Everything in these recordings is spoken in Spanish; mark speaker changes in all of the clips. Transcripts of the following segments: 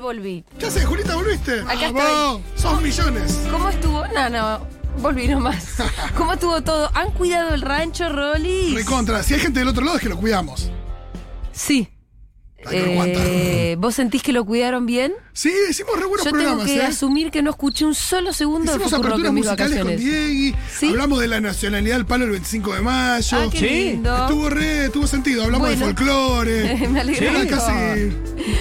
Speaker 1: volví.
Speaker 2: ¿Qué haces, Julita? ¿Volviste?
Speaker 1: Acá
Speaker 2: Vamos, Sos millones.
Speaker 1: ¿Cómo estuvo? No, no, volví nomás. ¿Cómo estuvo todo? ¿Han cuidado el rancho, Rolly?
Speaker 2: Recontra. Si hay gente del otro lado es que lo cuidamos.
Speaker 1: Sí.
Speaker 2: Hay que aguantar.
Speaker 1: Eh, ¿Vos sentís que lo cuidaron bien?
Speaker 2: Sí, hicimos re buenos
Speaker 1: Yo tengo
Speaker 2: programas,
Speaker 1: que
Speaker 2: ¿eh?
Speaker 1: asumir que no escuché un solo segundo de
Speaker 2: Hicimos
Speaker 1: Futurock
Speaker 2: aperturas
Speaker 1: en mis
Speaker 2: musicales con
Speaker 1: vacaciones.
Speaker 2: Diegui.
Speaker 1: ¿Sí?
Speaker 2: Hablamos de la nacionalidad del palo el 25 de mayo.
Speaker 1: Ah, qué
Speaker 3: Sí.
Speaker 1: lindo.
Speaker 2: Estuvo re, tuvo sentido. Hablamos
Speaker 1: Bueno.
Speaker 2: de folclore.
Speaker 1: Me alegro
Speaker 2: Era
Speaker 1: mucho.
Speaker 2: casi.
Speaker 1: Me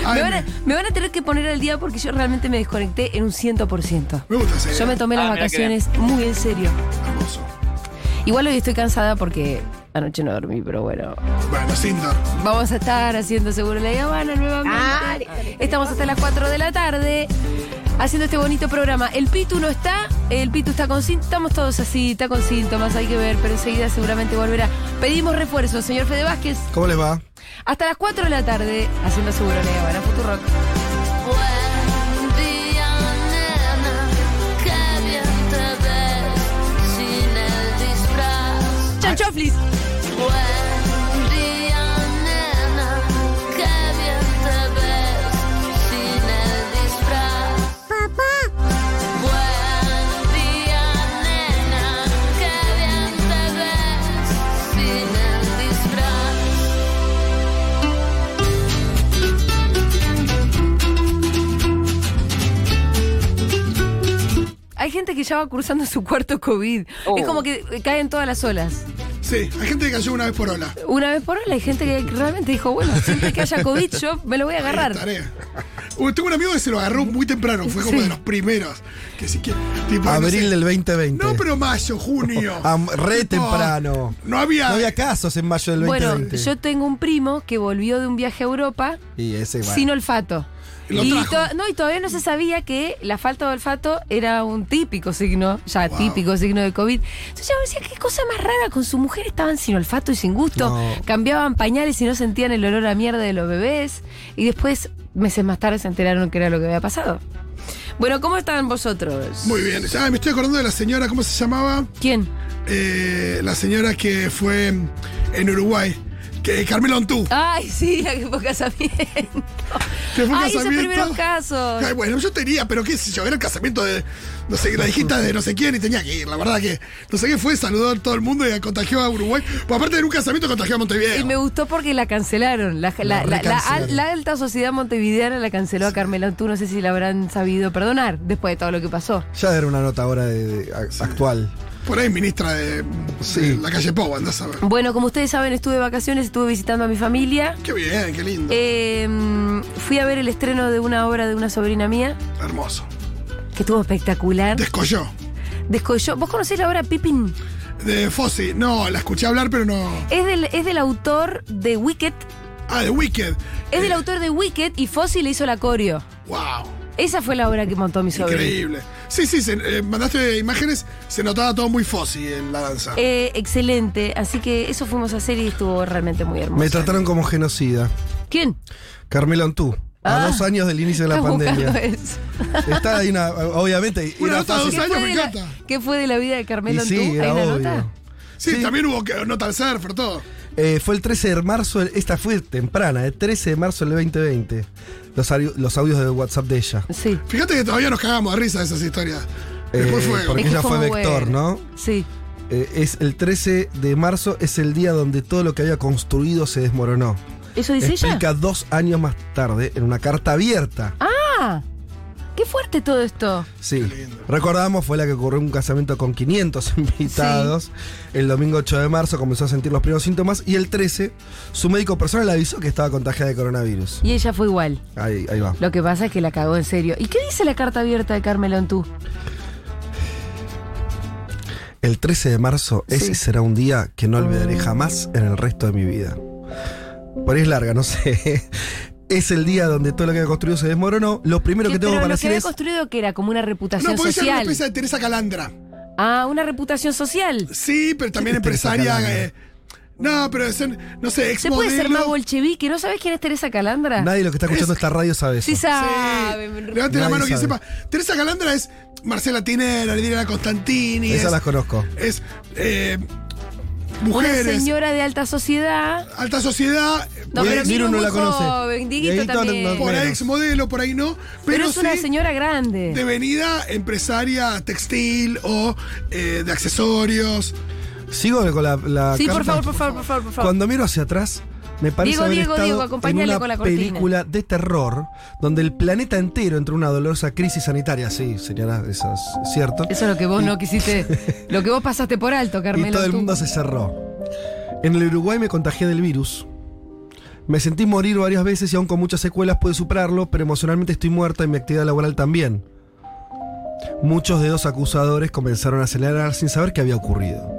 Speaker 2: AM.
Speaker 1: van, a, me van a tener que poner al día porque yo realmente me desconecté en un 100%.
Speaker 2: Me gusta ese.
Speaker 1: Yo me tomé
Speaker 3: Ah,
Speaker 1: las
Speaker 3: mirá que bien.
Speaker 1: vacaciones muy en serio.
Speaker 2: Hermoso.
Speaker 1: Igual hoy estoy cansada porque anoche no dormí, pero bueno.
Speaker 2: Bueno, Sindor.
Speaker 1: Vamos a estar haciendo seguro la Habana nuevamente. Estamos hasta las 4 de la tarde haciendo este bonito programa. El Pitu no está, el Pitu está con síntomas, estamos todos así, está con síntomas, hay que ver, pero enseguida seguramente volverá. Pedimos refuerzos, señor Fede Vázquez.
Speaker 4: ¿Cómo les va?
Speaker 1: Hasta las 4 de la tarde haciendo seguro la Habana, Futurock.
Speaker 5: Buen día, nena, qué bien te ves sin el disfraz.
Speaker 1: Chanchoflis.
Speaker 5: Buen día, nena, qué bien te ves sin el disfraz. Papá. Buen día, nena, qué bien te ves sin el disfraz.
Speaker 1: Hay gente que ya va cruzando su cuarto COVID. Es como que eh, caen todas las olas.
Speaker 2: Sí, hay gente que cayó una vez por ola.
Speaker 1: Una vez por ola hay gente que realmente dijo, bueno, siempre que haya COVID yo me lo voy a agarrar.
Speaker 2: Tarea. Uy, tengo un amigo que se lo agarró muy temprano, fue como
Speaker 1: Sí.
Speaker 2: de los primeros. Que sí que, tipo, no
Speaker 4: Abril
Speaker 2: sé.
Speaker 4: del 2020.
Speaker 2: No, pero mayo, junio.
Speaker 4: Am- re
Speaker 2: Tipo,
Speaker 4: temprano.
Speaker 2: No había.
Speaker 4: No había casos en mayo del
Speaker 1: Bueno,
Speaker 4: 2020.
Speaker 1: yo tengo un primo que volvió de un viaje a Europa
Speaker 4: Y ese va.
Speaker 1: sin olfato.
Speaker 2: Lo
Speaker 1: y
Speaker 2: trajo.
Speaker 1: to- no, y todavía no se sabía que la falta de olfato era un típico signo, ya
Speaker 2: Wow.
Speaker 1: típico signo de COVID. Entonces yo decía, qué cosa más rara, con su mujer estaban sin olfato y sin gusto,
Speaker 4: No.
Speaker 1: cambiaban pañales y no sentían el olor a mierda de los bebés, y después, meses más tarde, se enteraron que era lo que había pasado. Bueno, ¿cómo están vosotros?
Speaker 2: Muy bien. Ay, me estoy acordando de la señora, ¿cómo se llamaba?
Speaker 1: ¿Quién?
Speaker 2: Eh, la señora que fue en Uruguay. Que, Carmela Ontú.
Speaker 1: Ay, sí, la que fue a casamiento.
Speaker 2: Que fue un
Speaker 1: Ay, esos
Speaker 2: casamiento.
Speaker 1: primeros casos.
Speaker 2: Ay, bueno, yo tenía, pero qué sé yo, era el casamiento de, no sé, la hijita de no sé quién y tenía que ir, la verdad que, no sé qué fue, saludó a todo el mundo y contagió a Uruguay. Pues aparte de un casamiento contagió a Montevideo.
Speaker 1: Y me gustó porque la cancelaron. La, la- la- la-
Speaker 4: recancelaron.
Speaker 1: la alta sociedad montevideana la canceló a Carmela Tú No sé si la habrán sabido perdonar después de todo lo que pasó.
Speaker 4: Ya era una nota ahora de, de- a- actual.
Speaker 2: Por ahí ministra de,
Speaker 4: Sí.
Speaker 2: de la calle Pau, andás a ver.
Speaker 1: Bueno, como ustedes saben, estuve de vacaciones, estuve visitando a mi familia.
Speaker 2: Qué bien, qué lindo.
Speaker 1: Eh, fui a ver el estreno de una obra de una sobrina mía,
Speaker 2: Hermoso.
Speaker 1: que estuvo espectacular.
Speaker 2: Descolló.
Speaker 1: Descolló. ¿Vos conocés la obra Pippin?
Speaker 2: De Fossi, no, la escuché hablar, pero no.
Speaker 1: Es del, es del autor de Wicked.
Speaker 2: Ah, de Wicked.
Speaker 1: Es del
Speaker 2: Eh,
Speaker 1: autor de Wicked y Fossi le hizo la coreo.
Speaker 2: Wow.
Speaker 1: Esa fue la obra que montó mi sobrina.
Speaker 2: Increíble. Sí, sí, se- eh, mandaste imágenes, se notaba todo muy Fossi en la danza.
Speaker 1: Eh, excelente, así que eso fuimos a hacer y estuvo realmente muy hermoso.
Speaker 4: Me trataron como genocida.
Speaker 1: ¿Quién?
Speaker 4: Carmelo Antú. A
Speaker 1: Ah.
Speaker 4: dos años del inicio de la
Speaker 1: Estás buscando
Speaker 4: pandemia.
Speaker 1: eso.
Speaker 4: Está ahí una. Obviamente.
Speaker 2: Una
Speaker 4: era
Speaker 2: nota de
Speaker 4: fácil.
Speaker 2: dos años,
Speaker 1: fue
Speaker 2: me
Speaker 1: de la-
Speaker 2: encanta.
Speaker 1: ¿Qué fue de la vida de
Speaker 4: Y
Speaker 1: Carmelo Antú?
Speaker 4: sí,
Speaker 1: ¿Hay
Speaker 4: era
Speaker 1: una
Speaker 4: obvio.
Speaker 1: nota?
Speaker 2: Sí,
Speaker 4: sí.
Speaker 2: también hubo que- nota al surfer, todo.
Speaker 4: Eh, fue el 13 de marzo, del- esta fue temprana, el 13 de marzo del 2020. Los, audio- los audios de WhatsApp de ella.
Speaker 1: Sí.
Speaker 2: Fíjate que todavía nos cagamos de risa de esas historias. Después
Speaker 4: Eh,
Speaker 2: fue.
Speaker 4: porque-
Speaker 1: Es que
Speaker 4: ella fue
Speaker 1: muy
Speaker 4: vector,
Speaker 1: bueno.
Speaker 4: ¿no?
Speaker 1: Sí.
Speaker 4: Eh, es el 13 de marzo, es el día donde todo lo que había construido se desmoronó.
Speaker 1: ¿Eso dice
Speaker 4: Explica
Speaker 1: ella?
Speaker 4: dos años más tarde en una carta abierta.
Speaker 1: Ah, qué fuerte todo esto.
Speaker 4: Sí, recordamos fue la que ocurrió un casamiento con 500 invitados. El domingo 8 de marzo comenzó a sentir los primeros síntomas y el 13 su médico personal le avisó que estaba contagiada de coronavirus.
Speaker 1: Y ella fue igual.
Speaker 4: Ahí, ahí va.
Speaker 1: Lo que pasa es que la cagó en serio. ¿Y qué dice la carta abierta de Carmelo Antú?
Speaker 4: El 13 de marzo ese
Speaker 1: Sí. Ah.
Speaker 4: será un día que no olvidaré jamás en el resto de mi vida. Por ahí es larga, no sé. Es el día donde todo lo que había construido se desmoronó. Lo primero
Speaker 1: Que-
Speaker 4: que tengo
Speaker 1: pero lo que
Speaker 4: para decir
Speaker 1: había
Speaker 4: es.
Speaker 1: construido que era como una reputación
Speaker 2: No, porque ella era una
Speaker 1: social.
Speaker 2: especie de Teresa Calandra.
Speaker 1: Ah, una reputación social.
Speaker 2: Sí, pero también
Speaker 4: ¿Qué te interesa
Speaker 2: empresaria.
Speaker 4: Calandra?
Speaker 2: eh, no, pero es, en- no sé, ex
Speaker 1: ¿Se puede ser más
Speaker 2: modelo.
Speaker 1: bolchevique? ¿No sabes quién es Teresa Calandra?
Speaker 4: Nadie lo que está escuchando esta radio sabe eso.
Speaker 1: Sí sabe.
Speaker 2: Sí, levante la
Speaker 4: Nadie
Speaker 2: mano quien
Speaker 4: sabe.
Speaker 2: sepa. Teresa Calandra es Marcela Tinera, Lidia Constantini.
Speaker 4: Esas
Speaker 2: es,
Speaker 4: las conozco.
Speaker 2: es, eh,
Speaker 1: Una
Speaker 2: mujeres,
Speaker 1: señora de alta sociedad.
Speaker 2: alta sociedad,
Speaker 1: No,
Speaker 2: por,
Speaker 1: pero
Speaker 2: ahí,
Speaker 1: Miru
Speaker 4: Miru
Speaker 1: muy
Speaker 4: no la conoce.
Speaker 1: joven, Dieguito
Speaker 4: Dieguito
Speaker 1: también.
Speaker 4: no- no-
Speaker 2: por ahí
Speaker 4: menos.
Speaker 2: ex modelo, por ahí no. Pero,
Speaker 1: pero es una
Speaker 2: sí
Speaker 1: señora grande.
Speaker 2: devenida empresaria textil o eh, de accesorios.
Speaker 4: Sigo con la, la
Speaker 1: sí, por
Speaker 4: carta.
Speaker 1: favor, por favor, por favor, por favor.
Speaker 4: Cuando miro hacia atrás, me parece
Speaker 1: Diego,
Speaker 4: haber
Speaker 1: Diego,
Speaker 4: estado
Speaker 1: Diego, acompáñale
Speaker 4: en una
Speaker 1: con la cortina.
Speaker 4: película de terror donde el planeta entero entró en una dolorosa crisis sanitaria. Sí, señora, eso es cierto.
Speaker 1: Eso es lo que vos no quisiste, lo que vos pasaste por alto, Carmelo.
Speaker 4: y todo el
Speaker 1: tú.
Speaker 4: mundo se cerró. En el Uruguay me contagié del virus. Me sentí morir varias veces y aún con muchas secuelas pude superarlo, pero emocionalmente estoy muerta y mi actividad laboral también. Muchos dedos acusadores comenzaron a acelerar sin saber qué había ocurrido.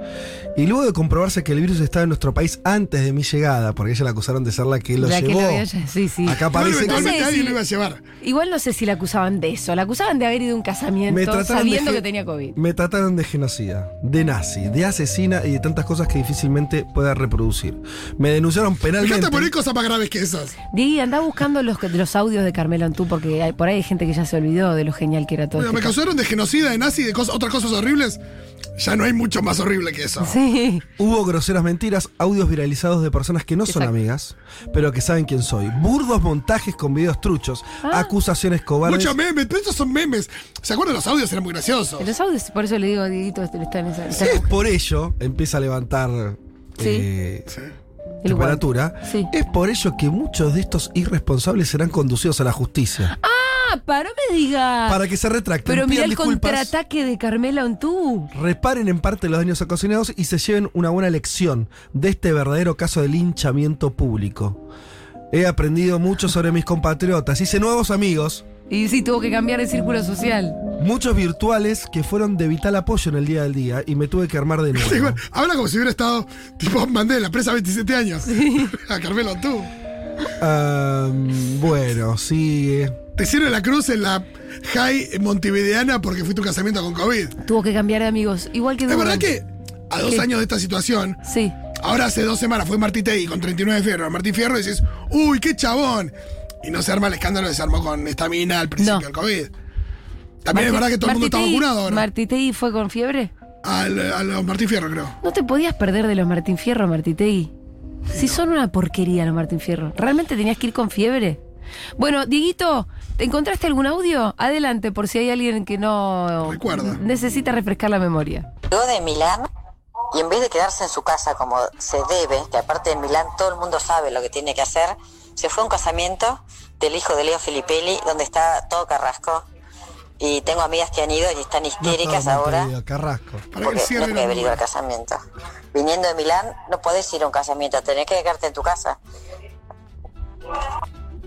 Speaker 4: Y luego de comprobarse que el virus estaba en nuestro país antes de mi llegada, porque ella la acusaron de ser la que lo
Speaker 1: La que
Speaker 4: llevó.
Speaker 1: lo había- sí, sí.
Speaker 4: Acá
Speaker 2: Bueno,
Speaker 4: parece que
Speaker 1: No
Speaker 2: eventualmente
Speaker 1: sé
Speaker 2: alguien
Speaker 1: si-
Speaker 2: lo iba a llevar.
Speaker 1: Igual no sé si la acusaban de eso. La acusaban de haber ido a un
Speaker 4: me
Speaker 1: casamiento
Speaker 4: trataron
Speaker 1: sabiendo
Speaker 4: de
Speaker 1: que
Speaker 4: gen-
Speaker 1: tenía COVID.
Speaker 4: Me trataron de genocida, de nazi, de asesina y de tantas cosas que difícilmente pueda reproducir. Me denunciaron
Speaker 2: Me
Speaker 4: penalmente.
Speaker 2: encanta poner cosas más graves que esas.
Speaker 1: Diego, andá buscando los, los audios de Carmelo Antú, porque hay- por ahí hay gente que ya se olvidó de lo genial que era todo.
Speaker 2: Bueno, me
Speaker 1: este
Speaker 2: causaron de genocida, de nazi, de cosas, otras cosas horribles. Ya no hay mucho más horrible que eso.
Speaker 1: caso. Sí.
Speaker 4: Hubo groseras mentiras, audios viralizados de personas que no son
Speaker 1: Exacto.
Speaker 4: amigas, pero que saben quién soy. Burdos montajes con videos truchos,
Speaker 1: Ah.
Speaker 4: acusaciones cobardes.
Speaker 2: Muchos memes, pero estos son memes. ¿Se acuerdan? Los audios eran muy graciosos.
Speaker 1: Los audios, por eso le digo a Dieguito, este- está en esa.
Speaker 4: Es por ello, empieza a levantar
Speaker 1: Sí.
Speaker 4: eh,
Speaker 2: Sí.
Speaker 1: el guante.
Speaker 4: temperatura.
Speaker 1: Sí.
Speaker 4: Es por ello que muchos de estos irresponsables serán conducidos a la justicia.
Speaker 1: Ah, para me digas.
Speaker 4: para que se retracten.
Speaker 1: Ah, Pero mira
Speaker 4: pidan
Speaker 1: el
Speaker 4: disculpas.
Speaker 1: contraataque de Carmela Antú.
Speaker 4: reparen en parte los daños ocasionados y se lleven una buena lección de este verdadero caso de linchamiento público. He aprendido mucho sobre mis compatriotas, hice nuevos amigos,
Speaker 1: Y sí, tuvo que cambiar el círculo social.
Speaker 4: muchos virtuales que fueron de vital apoyo en el día del día y me tuve que armar de
Speaker 2: Sí,
Speaker 4: nuevo.
Speaker 2: bueno, habla como si hubiera estado tipo Mandela, presa a 27 años. A Carmelo, tú.
Speaker 4: Ah, bueno, eh. sigue.
Speaker 2: Te hicieron la cruz en la High Montevideana porque fuiste a un casamiento con COVID.
Speaker 1: Tuvo que cambiar de amigos. Igual que
Speaker 2: Es verdad
Speaker 1: Durán.
Speaker 2: que a dos
Speaker 1: ¿Qué?
Speaker 2: años de esta situación,
Speaker 1: Sí.
Speaker 2: ahora hace dos semanas fue Martí Tegui con 39 Fierro. Martín Fierro y dices, uy, qué chabón. Y no se arma el escándalo que se armó con esta mina al principio
Speaker 1: No.
Speaker 2: del COVID. También es verdad que todo el mundo está
Speaker 1: Martitegui-
Speaker 2: vacunado ahora.
Speaker 1: ¿Martitegui fue con fiebre?
Speaker 2: Al, a los Martín Fierro, creo.
Speaker 1: No te podías perder de los Martín Fierro, Martitegui. Si son una porquería los Martín Fierro. ¿Realmente tenías que ir con fiebre? Bueno, Dieguito, ¿te encontraste algún audio? Adelante, por si hay alguien que no
Speaker 2: Recuerda.
Speaker 1: necesita refrescar la memoria.
Speaker 3: Llegó de Milán y en vez de quedarse en su casa como se debe, que aparte en Milán todo el mundo sabe lo que tiene que hacer, se fue a un casamiento del hijo de Leo Filipelli, donde está todo carrasco. Y tengo amigas que han ido y están
Speaker 4: No
Speaker 3: histéricas
Speaker 4: estaba
Speaker 3: ahora
Speaker 4: Montevideo, Carrasco.
Speaker 2: Para que el
Speaker 3: porque no
Speaker 2: cierre
Speaker 6: este
Speaker 3: podía
Speaker 2: era
Speaker 3: haber ido al casamiento. Viniendo de Milán no podés ir a un casamiento, tenés que quedarte en tu casa.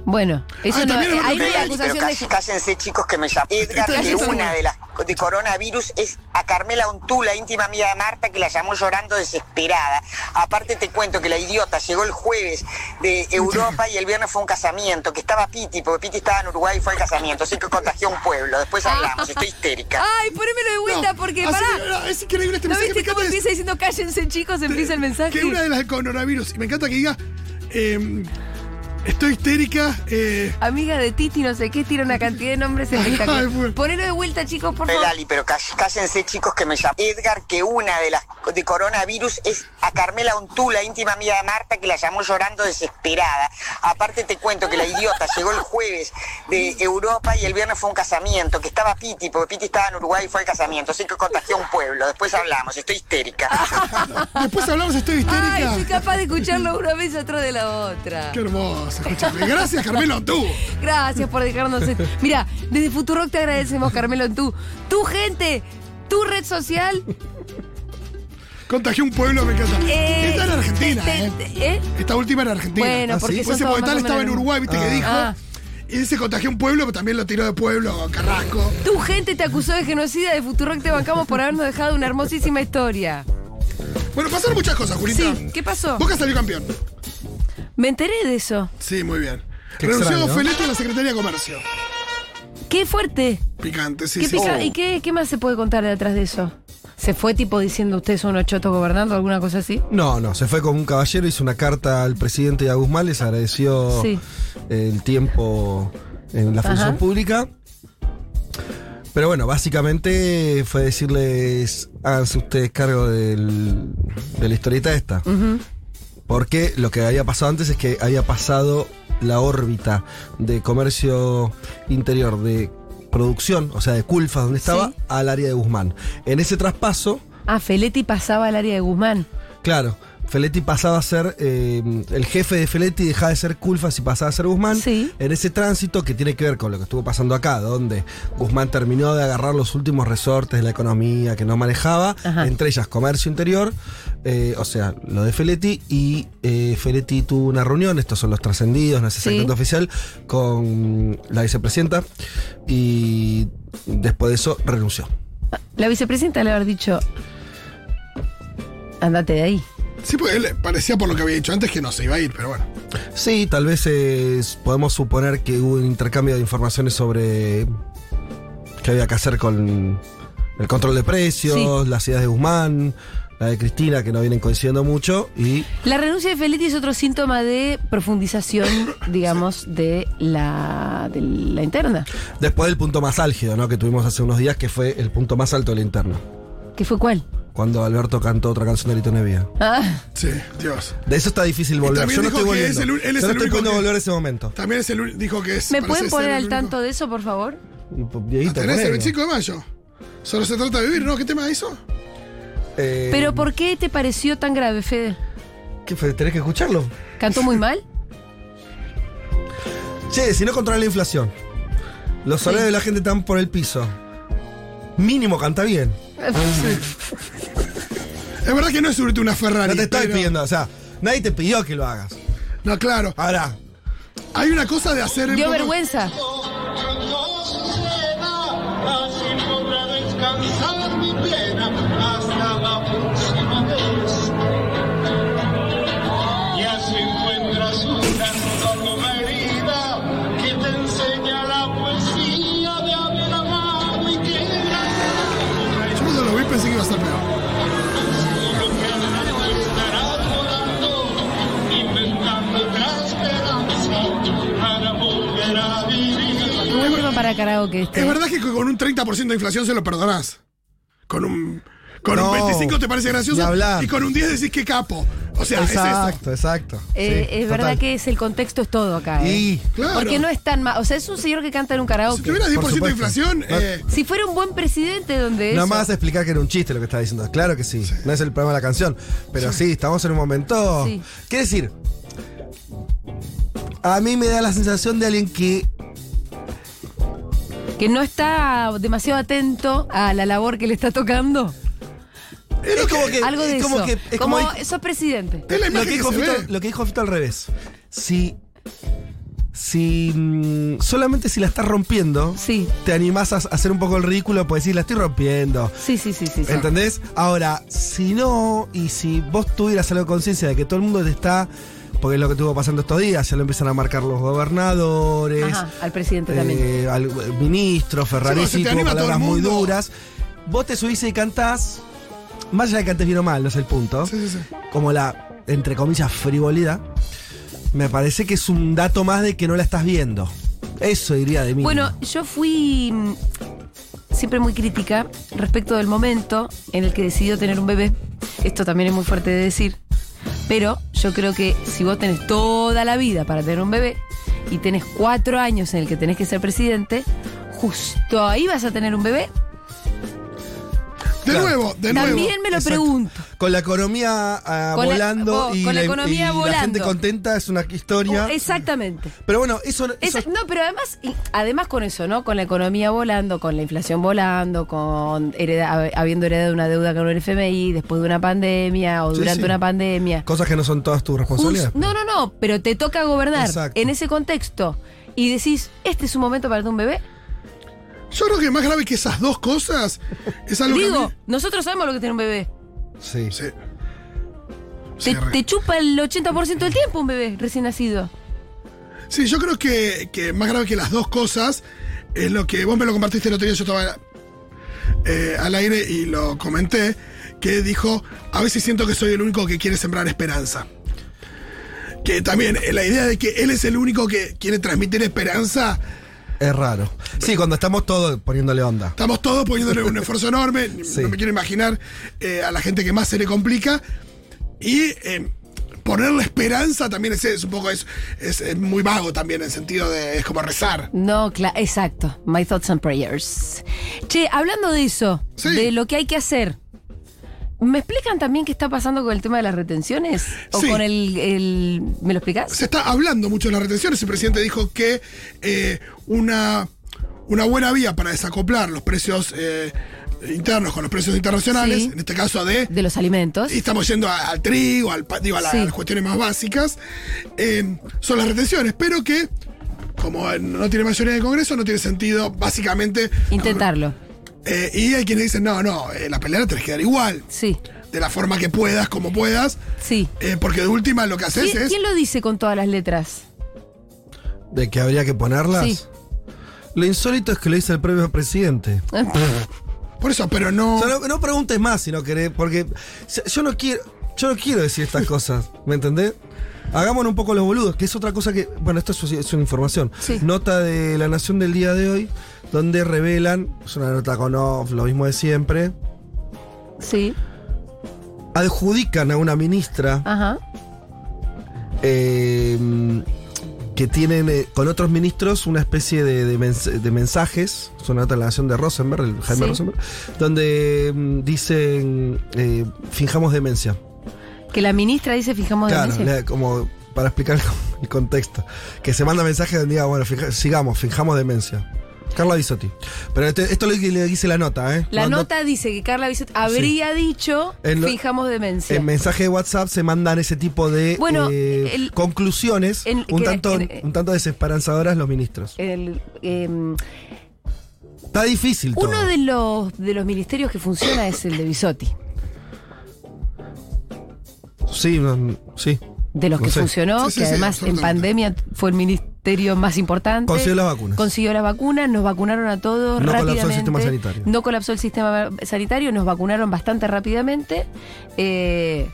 Speaker 1: Bueno, eso
Speaker 2: Ah,
Speaker 1: no,
Speaker 2: también es verdad
Speaker 1: ahí no hay
Speaker 2: que-
Speaker 1: acusación
Speaker 6: pero
Speaker 1: de...
Speaker 6: cá- cállense chicos que me llaman. Edgar,
Speaker 2: Está
Speaker 6: que
Speaker 2: bien, está
Speaker 6: una
Speaker 2: bien.
Speaker 6: de las de coronavirus es a Carmela Ontú, la íntima amiga de Marta, que la llamó llorando desesperada. Aparte te cuento que la idiota llegó el jueves de Europa y el viernes fue a un casamiento, que estaba Piti, porque Piti estaba en Uruguay y fue al casamiento, así que contagió un pueblo. Después hablamos, estoy histérica.
Speaker 1: Ay, ponémelo de vuelta, porque
Speaker 2: así
Speaker 1: pará.
Speaker 2: que, no, es increíble este
Speaker 1: ¿No
Speaker 2: mensaje. me
Speaker 1: viste cómo
Speaker 2: encanta
Speaker 1: empieza diciendo cállense chicos? Empieza el mensaje.
Speaker 2: Que una de las del coronavirus. Y me encanta que diga, em, estoy histérica. eh,
Speaker 1: Amiga de Titi, no sé qué, tira una cantidad de nombres
Speaker 2: Ay,
Speaker 1: espectaculares.
Speaker 2: bueno.
Speaker 1: Ponelo de vuelta, chicos, por favor.
Speaker 6: Lali, pero cá- cállense chicos que me llaman. Edgar, que una de las de coronavirus es a Carmela Ontú, la íntima amiga de Marta, que la llamó llorando desesperada. Aparte te cuento que la idiota llegó el jueves de Europa y el viernes fue a un casamiento, que estaba Piti, porque Piti estaba en Uruguay y fue al casamiento, así que contagió a un pueblo. Después hablamos, estoy histérica.
Speaker 2: después hablamos, estoy
Speaker 1: Ay,
Speaker 2: histérica.
Speaker 1: soy capaz de escucharlo una vez atrás de la otra.
Speaker 2: Qué hermoso, escúchame. Gracias, Carmelo, tú.
Speaker 1: Gracias por dejarnos. Mira, desde Futurock te agradecemos, Carmelo, tú, tu gente, tu red social.
Speaker 2: Contagié un pueblo, me encanta.
Speaker 1: eh,
Speaker 2: Esta era Argentina,
Speaker 1: te-
Speaker 2: ¿eh?
Speaker 1: te- ¿eh?
Speaker 2: Esta última era Argentina.
Speaker 1: Bueno,
Speaker 4: ¿Ah,
Speaker 1: porque
Speaker 4: sí?
Speaker 2: Fue
Speaker 1: sos
Speaker 2: ese
Speaker 1: todos
Speaker 2: porque tal
Speaker 1: más o
Speaker 2: estaba en
Speaker 1: menos-
Speaker 2: Uruguay, viste que dijo.
Speaker 1: Ah.
Speaker 2: Y dice contagió un pueblo, pero también lo tiró de pueblo, Carrasco.
Speaker 1: Tu gente te acusó de genocida de Futurock te bancamos por habernos dejado una hermosísima historia.
Speaker 2: Bueno, pasaron muchas cosas, Julita.
Speaker 1: Sí, ¿qué pasó?
Speaker 2: Boca salió campeón.
Speaker 1: Me enteré de eso.
Speaker 2: Sí, muy bien.
Speaker 4: Qué
Speaker 2: Renunció
Speaker 4: extraño.
Speaker 2: Feletti a la Secretaría de Comercio.
Speaker 1: Qué fuerte.
Speaker 2: Picante, sí,
Speaker 1: ¿Qué
Speaker 2: sí.
Speaker 1: pica-
Speaker 2: Oh.
Speaker 1: ¿Y qué, qué más se puede contar de atrás de eso? ¿Se fue tipo diciendo ustedes son unos chotos gobernando alguna cosa así?
Speaker 4: No, no, se fue como un caballero, hizo una carta al presidente y a Guzmán, les agradeció
Speaker 1: Sí.
Speaker 4: el tiempo en la función
Speaker 1: Ajá.
Speaker 4: pública. Pero bueno, básicamente fue decirles, háganse ustedes cargo del- de la historieta esta. Porque lo que había pasado antes es que había pasado la órbita de comercio interior de producción, o sea, de Culfa, donde estaba,
Speaker 1: Sí.
Speaker 4: al área de Guzmán. En ese traspaso,
Speaker 1: Ah, Feletti pasaba al área de Guzmán.
Speaker 4: claro, Feletti pasaba a ser eh, el jefe de Feletti, dejaba de ser Culfas y pasaba a ser Guzmán.
Speaker 1: Sí.
Speaker 4: En ese tránsito que tiene que ver con lo que estuvo pasando acá, donde Guzmán terminó de agarrar los últimos resortes de la economía que no manejaba,
Speaker 1: Ajá.
Speaker 4: entre ellas comercio interior, eh, o sea, lo de Feletti, y eh, Feletti tuvo una reunión, estos son los trascendidos, no es
Speaker 1: Sí.
Speaker 4: exactamente oficial, con la vicepresidenta, y después de eso renunció.
Speaker 1: La vicepresidenta le haber dicho, andate de ahí.
Speaker 2: Sí, porque él parecía por lo que había dicho antes que no se iba a ir, pero bueno.
Speaker 4: Sí, tal vez eh, podemos suponer que hubo un intercambio de informaciones sobre qué había que hacer con el control de precios, las ideas de Guzmán, la de Cristina, que no vienen coincidiendo mucho, y
Speaker 1: La renuncia de Feletti es otro síntoma de profundización, digamos, de la, de la interna.
Speaker 4: después del punto más álgido ¿no? que tuvimos hace unos días, que fue el punto más alto de la interna,
Speaker 1: ¿Qué fue cuál?
Speaker 4: cuando Alberto cantó otra canción de Lito Nevia.
Speaker 1: Ah,
Speaker 2: Sí, Dios.
Speaker 4: De eso está difícil volver.
Speaker 2: también
Speaker 4: Yo no
Speaker 2: dijo
Speaker 4: estoy
Speaker 2: que
Speaker 4: volviendo.
Speaker 2: es el un- él es
Speaker 4: Yo
Speaker 2: el
Speaker 4: no estoy
Speaker 2: único
Speaker 4: pudiendo
Speaker 2: que-
Speaker 4: volver a ese momento.
Speaker 2: También es el ul- dijo que es.
Speaker 1: ¿Me
Speaker 2: parece
Speaker 1: pueden
Speaker 2: ser
Speaker 1: poner
Speaker 2: el
Speaker 1: al
Speaker 2: único- Ah,
Speaker 1: tanto de eso, por favor?
Speaker 4: Y, pues, Dieguito,
Speaker 2: Tenés el
Speaker 4: ponelo.
Speaker 2: 25 de mayo. Solo se trata de vivir, ¿no? ¿Qué tema hizo?
Speaker 4: Eh,
Speaker 1: ¿Pero por qué te pareció tan grave, Fede?
Speaker 4: ¿qué fue? Tenés que escucharlo.
Speaker 1: ¿Cantó muy mal?
Speaker 4: Che, si no controla la inflación, los salarios de la gente están por el piso. Mínimo canta bien.
Speaker 2: Es verdad que no es subirte una Ferrari.
Speaker 4: No te estoy
Speaker 2: pero-
Speaker 4: pidiendo, o sea, nadie te pidió que lo hagas.
Speaker 2: No, claro.
Speaker 4: Ahora,
Speaker 2: Hay una cosa de hacer.
Speaker 1: ¿Dio
Speaker 2: un poco-
Speaker 1: vergüenza?
Speaker 7: Ya se encuentras una que te enseña la poesía de haber amado y que
Speaker 2: Yo cuando lo vi pensé que iba a estar peor.
Speaker 7: inventando otra esperanza para volver a vivir.
Speaker 1: Un tema para karaoke este.
Speaker 2: Es
Speaker 4: Eh.
Speaker 2: verdad que con un 30% de inflación se lo perdonás. Con un. Con
Speaker 4: No,
Speaker 2: un 25 te parece gracioso.
Speaker 4: ni hablar.
Speaker 2: Y con un 10 decís que capo. O
Speaker 4: Ah,
Speaker 2: sea, es
Speaker 4: exacto, exacto.
Speaker 1: Eh,
Speaker 4: Sí,
Speaker 1: es
Speaker 4: total.
Speaker 1: verdad que es el contexto es todo acá, ¿eh?
Speaker 4: Y,
Speaker 2: claro.
Speaker 1: Porque no es tan mal. O sea, es un señor que canta en un
Speaker 2: eso. Si
Speaker 1: karaoke.
Speaker 2: tuviera 10% de
Speaker 4: supuesto.
Speaker 2: inflación.
Speaker 4: No-
Speaker 2: eh,
Speaker 1: Si fuera un buen presidente donde
Speaker 4: Nada
Speaker 1: eso-
Speaker 4: más explicar que era un chiste lo que estaba diciendo. Claro que sí, no es el problema de la canción. Pero sí, estamos en un momento.
Speaker 1: Sí.
Speaker 4: Quiere decir, a mí me da la sensación de alguien que
Speaker 1: que no está demasiado atento a la labor que le está tocando.
Speaker 4: es, como que.
Speaker 1: Algo de
Speaker 4: es como
Speaker 1: eso.
Speaker 4: que- es
Speaker 1: como
Speaker 4: como-
Speaker 1: sos presidente.
Speaker 2: es la
Speaker 4: lo
Speaker 2: imagen
Speaker 4: que,
Speaker 2: que,
Speaker 4: dijo
Speaker 2: se
Speaker 4: Fito,
Speaker 2: ve.
Speaker 4: lo que dijo Fito al revés. Si. Si. mm, Solamente si la estás rompiendo.
Speaker 1: Sí.
Speaker 4: Te animás a s- a hacer un poco el ridículo, pues decir, la estoy rompiendo.
Speaker 1: Sí, sí, sí, sí. sí.
Speaker 4: ¿Entendés? Ahora, si no, y si vos tuvieras algo de conciencia de que todo el mundo te está. Porque es lo que estuvo pasando estos días, ya lo empiezan a marcar los gobernadores.
Speaker 1: Ajá, al presidente
Speaker 4: eh,
Speaker 1: también.
Speaker 4: al eh, ministro,
Speaker 2: Sí,
Speaker 4: Ferraresi,
Speaker 2: porque se te
Speaker 4: tuvo
Speaker 2: anima todo el
Speaker 4: palabras muy
Speaker 2: mundo.
Speaker 4: duras. Vos te subís y cantás. Más allá de que antes vino mal, no es el punto
Speaker 2: Sí, sí, sí.
Speaker 4: como la, entre comillas, frivolidad, me parece que es un dato más de que no la estás viendo. Eso diría de mí.
Speaker 1: Bueno, yo fui mm, siempre muy crítica respecto del momento en el que decidió tener un bebé. Esto también es muy fuerte de decir. Pero yo creo que si vos tenés toda la vida para tener un bebé y tenés cuatro años en el que tenés que ser presidente, justo ahí vas a tener un bebé.
Speaker 2: De
Speaker 4: Claro.
Speaker 2: nuevo, de nuevo.
Speaker 1: También me lo pregunto.
Speaker 4: Con la economía ah,
Speaker 1: Con la-
Speaker 4: volando
Speaker 1: vos,
Speaker 4: y,
Speaker 1: con la
Speaker 4: la,
Speaker 1: economía
Speaker 4: y
Speaker 1: volando. Oh,
Speaker 4: la gente contenta es una historia.
Speaker 1: Exactamente.
Speaker 4: Pero bueno, eso, eso
Speaker 1: Esa- no, pero además, y- además con eso, ¿no? Con la economía volando, con la inflación volando, con hereda- hab- habiendo heredado una deuda con el FMI después de una pandemia o
Speaker 4: Sí,
Speaker 1: durante
Speaker 4: sí.
Speaker 1: una pandemia.
Speaker 4: cosas que no son todas tus responsabilidades.
Speaker 1: Us- no, no, no, pero te toca gobernar
Speaker 4: Exacto.
Speaker 1: en ese contexto y decís, este es un momento para tener un bebé.
Speaker 2: Yo creo que más grave que esas dos cosas es algo que. a
Speaker 1: Digo,
Speaker 2: mí-
Speaker 1: nosotros sabemos lo que tiene un bebé.
Speaker 4: Sí.
Speaker 2: Sí. Sí,
Speaker 1: Te,
Speaker 2: re-
Speaker 1: te chupa el 80% del tiempo un bebé recién nacido.
Speaker 2: Sí, yo creo que, que más grave que las dos cosas es lo que vos me lo compartiste el otro día, yo estaba eh, al aire y lo comenté, que dijo, a veces siento que soy el único que quiere sembrar esperanza. Que también eh, la idea de que él es el único que quiere transmitir esperanza
Speaker 4: Es raro. Sí, cuando estamos todos poniéndole onda.
Speaker 2: Estamos todos poniéndole un esfuerzo enorme.
Speaker 4: Sí.
Speaker 2: No me quiero imaginar eh, a la gente que más se le complica. Y eh, ponerle esperanza también es, es un poco eso. Es, es muy vago también en sentido de. Es como rezar.
Speaker 1: No, claro, exacto. My thoughts and prayers. Che, hablando de eso,
Speaker 2: Sí.
Speaker 1: de lo que hay que hacer, ¿me explican también qué está pasando con el tema de las retenciones? ¿O
Speaker 2: Sí.
Speaker 1: con el, el- ¿Me lo explicas?
Speaker 2: Se está hablando mucho de las retenciones. El presidente dijo que eh, una, una buena vía para desacoplar los precios eh, internos con los precios internacionales,
Speaker 1: Sí.
Speaker 2: en este caso de
Speaker 1: De los alimentos.
Speaker 2: Y estamos yendo a- al trigo, al, pa- digo, a, la-
Speaker 1: Sí.
Speaker 2: a las cuestiones más básicas. eh, son las retenciones, pero que, como eh, no tiene mayoría en el Congreso, no tiene sentido, básicamente.
Speaker 1: Intentarlo.
Speaker 2: Eh, y hay quienes dicen, no, no, eh, la pelea la tenés que dar igual,
Speaker 1: Sí,
Speaker 2: de la forma que puedas, como puedas,
Speaker 1: sí.
Speaker 2: eh, porque de última lo que haces
Speaker 1: ¿Quién,
Speaker 2: es.
Speaker 1: quién lo dice con todas las letras?
Speaker 4: De que habría que ponerlas.
Speaker 1: Sí.
Speaker 4: Lo insólito es que lo dice el propio presidente.
Speaker 2: Por eso, pero no.
Speaker 4: O sea, no, no preguntes más si no querés, porque se- yo no quiero, yo no quiero decir estas cosas, ¿me entendés? Hagámonos un poco los boludos, que es otra cosa que, bueno, esto es, es una información.
Speaker 1: Sí.
Speaker 4: Nota de La Nación del día de hoy, donde revelan, es una nota con off, lo mismo de siempre,
Speaker 1: Sí,
Speaker 4: adjudican a una ministra
Speaker 1: ajá.
Speaker 4: eh, que tienen eh, con otros ministros una especie de, de mens- de mensajes, es una nota de la Nación de Rosenberg, el Jaime
Speaker 1: Sí.
Speaker 4: Rosenberg, donde mm, dicen, eh, fijamos demencia.
Speaker 1: Que la ministra dice fijamos
Speaker 4: Claro,
Speaker 1: denuncia.
Speaker 4: le- como para explicar el contexto. Que se manda mensajes donde diga, bueno, fija- sigamos, fijamos demencia. Carla Bisotti. Pero este- esto es lo que le dice la nota, ¿eh?
Speaker 1: La
Speaker 4: No- no-
Speaker 1: nota dice que Carla Bisot habría dicho
Speaker 4: En lo-
Speaker 1: fijamos demencia.
Speaker 4: En mensaje de WhatsApp se mandan ese tipo de
Speaker 1: Bueno,
Speaker 4: eh,
Speaker 1: el-
Speaker 4: conclusiones
Speaker 1: el-
Speaker 4: un,
Speaker 1: que- eh,
Speaker 4: tanto,
Speaker 1: que-
Speaker 4: un tanto desesperanzadoras los ministros.
Speaker 1: El, em,
Speaker 4: Está difícil todo.
Speaker 1: uno de los, de los ministerios que funciona es el de Bisotti.
Speaker 4: Sí, no, sí.
Speaker 1: de los
Speaker 4: No
Speaker 1: que
Speaker 4: sé.
Speaker 1: funcionó,
Speaker 2: Sí, sí,
Speaker 1: que
Speaker 2: sí,
Speaker 1: además en
Speaker 2: absolutamente.
Speaker 1: pandemia fue el ministerio más importante.
Speaker 4: Consiguió las vacunas.
Speaker 1: Consiguió las vacunas, nos vacunaron a todos
Speaker 4: No colapsó el
Speaker 1: rápidamente.
Speaker 4: sistema sanitario.
Speaker 1: No colapsó el sistema sanitario, nos vacunaron bastante rápidamente. Eh,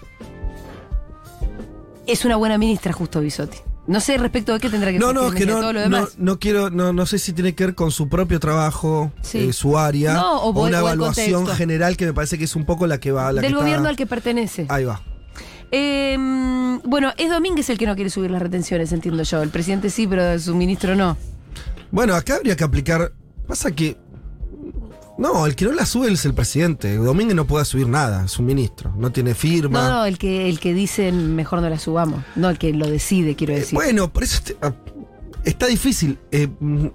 Speaker 1: es una buena ministra, justo Bisotti. No sé respecto de qué tendrá que
Speaker 4: No, no, es que
Speaker 1: cuestiones de
Speaker 4: no,
Speaker 1: todo lo
Speaker 4: no,
Speaker 1: demás.
Speaker 4: no quiero, no, no sé si tiene que ver con su propio trabajo,
Speaker 1: Sí.
Speaker 4: eh, su área,
Speaker 1: No, o
Speaker 4: una
Speaker 1: o el
Speaker 4: evaluación
Speaker 1: contexto.
Speaker 4: general que me parece que es un poco la que va, la
Speaker 1: Del
Speaker 4: que
Speaker 1: gobierno
Speaker 4: está- Ah.
Speaker 1: al que pertenece.
Speaker 4: Ahí va.
Speaker 1: Eh, bueno, es Domínguez el que no quiere subir las retenciones, entiendo yo. El presidente sí, pero su ministro no.
Speaker 4: Bueno, acá habría que aplicar. Pasa que. No, el que no la sube es el presidente. Domínguez no puede subir nada, es un ministro. No tiene firma.
Speaker 1: No, no, el que, el que dicen mejor no la subamos. No, el que lo decide, quiero
Speaker 4: Eh,
Speaker 1: decir.
Speaker 4: bueno, por eso te- ah, está difícil. Eh, mm,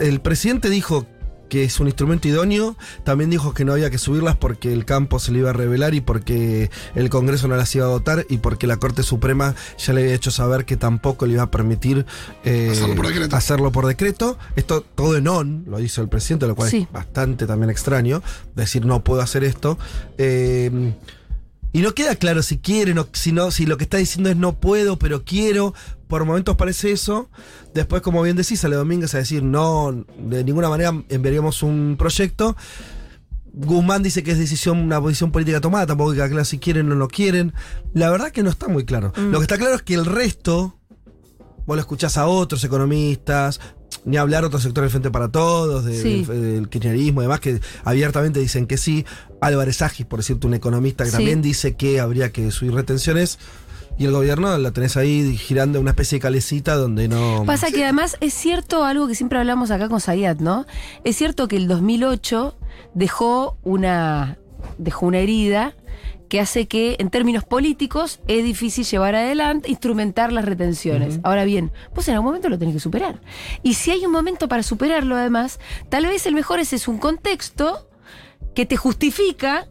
Speaker 4: el presidente dijo que es un instrumento idóneo. También dijo que no había que subirlas porque el campo se le iba a revelar y porque el Congreso no las iba a votar y porque la Corte Suprema ya le había hecho saber que tampoco le iba a permitir eh,
Speaker 2: Hacerlo por decreto.
Speaker 4: hacerlo por decreto. Esto todo en on lo hizo el presidente, lo cual
Speaker 1: Sí.
Speaker 4: es bastante también extraño. Decir no puedo hacer esto. Eh, y no queda claro si quiere, no, si, no, si lo que está diciendo es no puedo, pero quiero. Por momentos parece eso. Después, como bien decís, sale Domínguez a decir no, de ninguna manera enviaríamos un proyecto. Guzmán dice que es decisión, una posición política tomada, tampoco queda claro si quieren o no quieren. La verdad que no está muy claro.
Speaker 1: Mm.
Speaker 4: Lo que está claro es que el resto, vos lo escuchás a otros economistas, ni hablar otros sectores del Frente para Todos, de-
Speaker 1: Sí.
Speaker 4: del, del kirchnerismo y demás, que abiertamente dicen que sí. Álvarez Agis, por decirte, un economista que
Speaker 1: Sí.
Speaker 4: también dice que habría que subir retenciones. Y el gobierno la tenés ahí girando una especie de calecita donde no...
Speaker 1: Pasa que además es cierto algo que siempre hablamos acá con Sayat, ¿no? Es cierto que el 2008 dejó una, dejó una herida que hace que, en términos políticos, es difícil llevar adelante, instrumentar las retenciones. Ahora bien, vos en algún momento lo tenés que superar. Y si hay un momento para superarlo, además, tal vez el mejor ese es un contexto que te justifica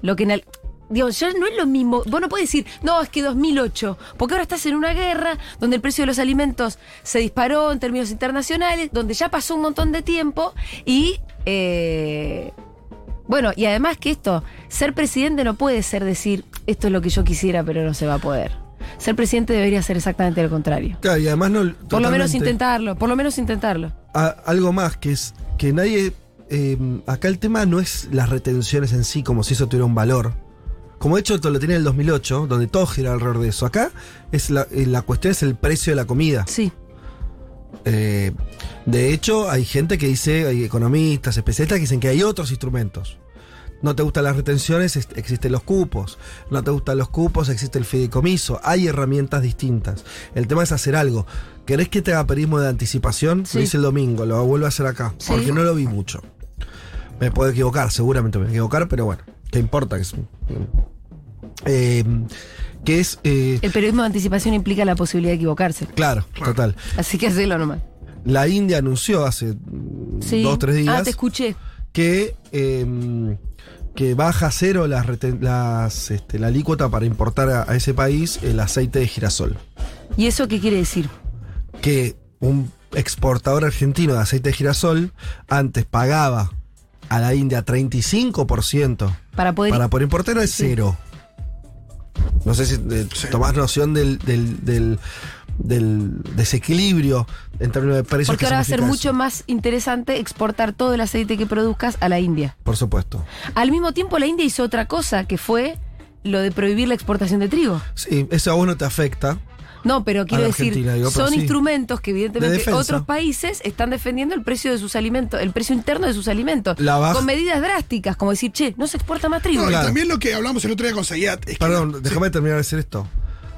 Speaker 1: lo que en el- Dios, ya no es lo mismo. Vos no podés decir, no, es que 2008, porque ahora estás en una guerra donde el precio de los alimentos se disparó en términos internacionales, donde ya pasó un montón de tiempo y. eh, bueno, y además que esto, ser presidente no puede ser decir, esto es lo que yo quisiera, pero no se va a poder. Ser presidente debería ser exactamente lo contrario.
Speaker 4: Claro, y además no...
Speaker 1: Por lo menos
Speaker 4: totalmente-
Speaker 1: intentarlo, por lo menos intentarlo.
Speaker 4: a- algo más que es que nadie eh, acá el tema no es las retenciones en sí como si eso tuviera un valor como de hecho esto lo tenía en el 2008 donde todo gira alrededor de eso acá es la, eh, la cuestión es el precio de la comida
Speaker 1: Sí,
Speaker 4: Eh, de hecho, hay gente que dice, hay economistas, especialistas que dicen que hay otros instrumentos. No te gustan las retenciones, est- existen los cupos. No te gustan los cupos, existe el fideicomiso. Hay herramientas distintas. El tema es hacer algo. ¿Querés que te haga periodismo de anticipación?
Speaker 1: Sí.
Speaker 4: Lo hice el domingo, lo vuelvo a hacer acá.
Speaker 1: Sí.
Speaker 4: Porque no lo vi mucho. Me puedo equivocar, seguramente me voy a equivocar, pero bueno, ¿qué importa? Es- eh, que es. eh,
Speaker 1: El periodismo de anticipación implica la posibilidad de equivocarse.
Speaker 4: claro, total.
Speaker 1: Así que hacelo nomás.
Speaker 4: La India anunció hace mm,
Speaker 1: Sí.
Speaker 4: dos tres días
Speaker 1: Ah, te escuché.
Speaker 4: que, eh, que baja a cero las reten- las, este, la alícuota para importar a, a ese país el aceite de girasol.
Speaker 1: ¿Y eso qué quiere decir?
Speaker 4: Que un exportador argentino de aceite de girasol antes pagaba a la India 35%
Speaker 1: Para poder.
Speaker 4: para por importar es cero. No sé si eh, tomás noción del, del- del- del desequilibrio en términos de precios.
Speaker 1: porque
Speaker 4: que
Speaker 1: ahora va a ser
Speaker 4: significa
Speaker 1: mucho
Speaker 4: eso.
Speaker 1: más interesante exportar todo el aceite que produzcas a la India.
Speaker 4: Por supuesto.
Speaker 1: Al mismo tiempo, la India hizo otra cosa, que fue lo de prohibir la exportación de trigo.
Speaker 4: Sí, eso a vos no te afecta.
Speaker 1: No, pero quiero
Speaker 4: la
Speaker 1: decir,
Speaker 4: Argentina, digo, pero
Speaker 1: son
Speaker 4: sí.
Speaker 1: instrumentos que
Speaker 4: De
Speaker 1: evidentemente
Speaker 4: defensa.
Speaker 1: otros países están defendiendo el precio de sus alimentos, el precio interno de sus alimentos,
Speaker 4: La baja-
Speaker 1: con medidas drásticas, como decir, che, no se exporta más trigo. Eh,
Speaker 2: No, y
Speaker 4: Claro.
Speaker 2: también lo que hablamos el otro día con Sayat es que
Speaker 4: Perdón, déjame terminar de decir esto.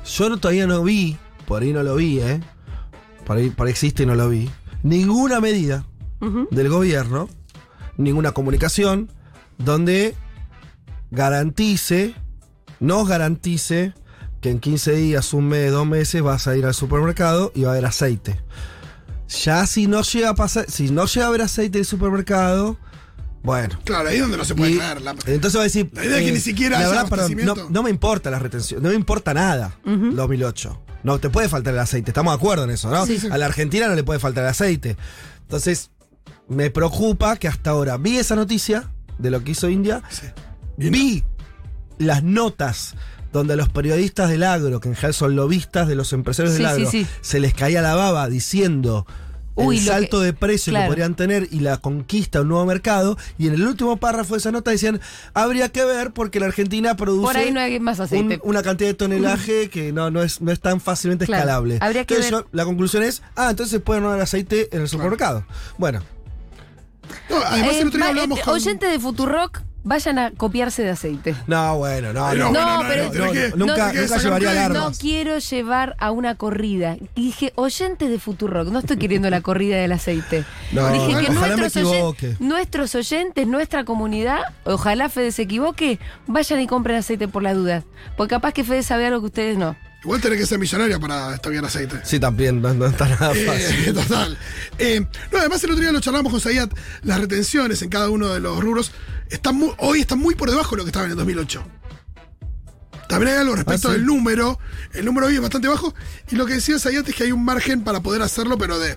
Speaker 4: Yo no- todavía no vi, por ahí no lo vi, ¿eh? Por ahí, por ahí existe y no lo vi. Ninguna medida
Speaker 1: Ujú.
Speaker 4: del gobierno, ninguna comunicación, donde garantice, nos garantice que en 15 días, un mes, dos meses vas a ir al supermercado y va a haber aceite. Ya si no llega a pasar, si no llega a haber aceite en el supermercado, bueno,
Speaker 2: Claro, ahí es donde no se puede
Speaker 4: y
Speaker 2: creer. La,
Speaker 4: entonces va a decir. eh,
Speaker 2: La idea es que ni siquiera haya
Speaker 4: verdad, perdón, no,
Speaker 2: abastecimiento.
Speaker 4: no me importa la retención, no me importa nada. 2008. No te puede faltar el aceite, estamos de acuerdo en eso, ¿no?
Speaker 1: Sí, sí.
Speaker 4: A la Argentina no le puede faltar el aceite. Entonces, me preocupa que hasta ahora vi esa noticia de lo que hizo India,
Speaker 2: sí.
Speaker 4: vi las notas donde los periodistas del agro, que en general son lobistas de los empresarios del
Speaker 1: Sí, sí,
Speaker 4: agro,
Speaker 1: sí.
Speaker 4: se les caía la baba diciendo
Speaker 1: Uy,
Speaker 4: el
Speaker 1: lo
Speaker 4: salto
Speaker 1: que-
Speaker 4: de precio que
Speaker 1: claro.
Speaker 4: podrían tener y la conquista de un nuevo mercado. Y en el último párrafo de esa nota decían, habría que ver porque la Argentina produce
Speaker 1: Por ahí no hay más aceite.
Speaker 4: un- una cantidad de tonelaje que no, no, es, no es tan fácilmente
Speaker 1: Claro.
Speaker 4: escalable.
Speaker 1: Habría que
Speaker 4: Entonces
Speaker 1: ver-
Speaker 4: yo- la conclusión es, ah, entonces pueden no dar aceite en el supermercado. Bueno,
Speaker 2: No, además
Speaker 1: Eh,
Speaker 2: el otro día
Speaker 1: ma-
Speaker 2: hablamos
Speaker 1: eh,
Speaker 2: con...
Speaker 1: Oyentes de Futurock, vayan a copiarse de aceite.
Speaker 4: no, bueno, no,
Speaker 2: Pero bueno,
Speaker 4: no.
Speaker 1: No,
Speaker 2: no,
Speaker 1: pero
Speaker 2: no, tenés que-
Speaker 4: nunca-
Speaker 2: tenés que
Speaker 4: nunca
Speaker 2: sacar
Speaker 4: llevaría
Speaker 2: crédito.
Speaker 4: largo.
Speaker 1: No quiero llevar a una corrida. Y dije, oyentes de Futurock, no estoy queriendo la corrida del aceite.
Speaker 4: No,
Speaker 1: dije
Speaker 2: bueno,
Speaker 1: que
Speaker 4: ojalá me
Speaker 1: nuestros, oyen-
Speaker 4: equivoque.
Speaker 1: nuestros oyentes, nuestra comunidad, ojalá Fede se equivoque, vayan y compren aceite por las dudas. Porque capaz que Fede sabe algo que ustedes no.
Speaker 2: Igual tenés que ser millonario para estoquear aceite.
Speaker 4: Sí, también, no, no está nada fácil.
Speaker 2: Eh, total. Eh, no, además el otro día lo charlamos con Sayat, las retenciones en cada uno de los rubros están muy- hoy están muy por debajo de lo que estaban en el 2008. También hay algo respecto
Speaker 4: Ah, sí.
Speaker 2: del número, el número hoy es bastante bajo y lo que decía Sayat es que hay un margen para poder hacerlo, pero de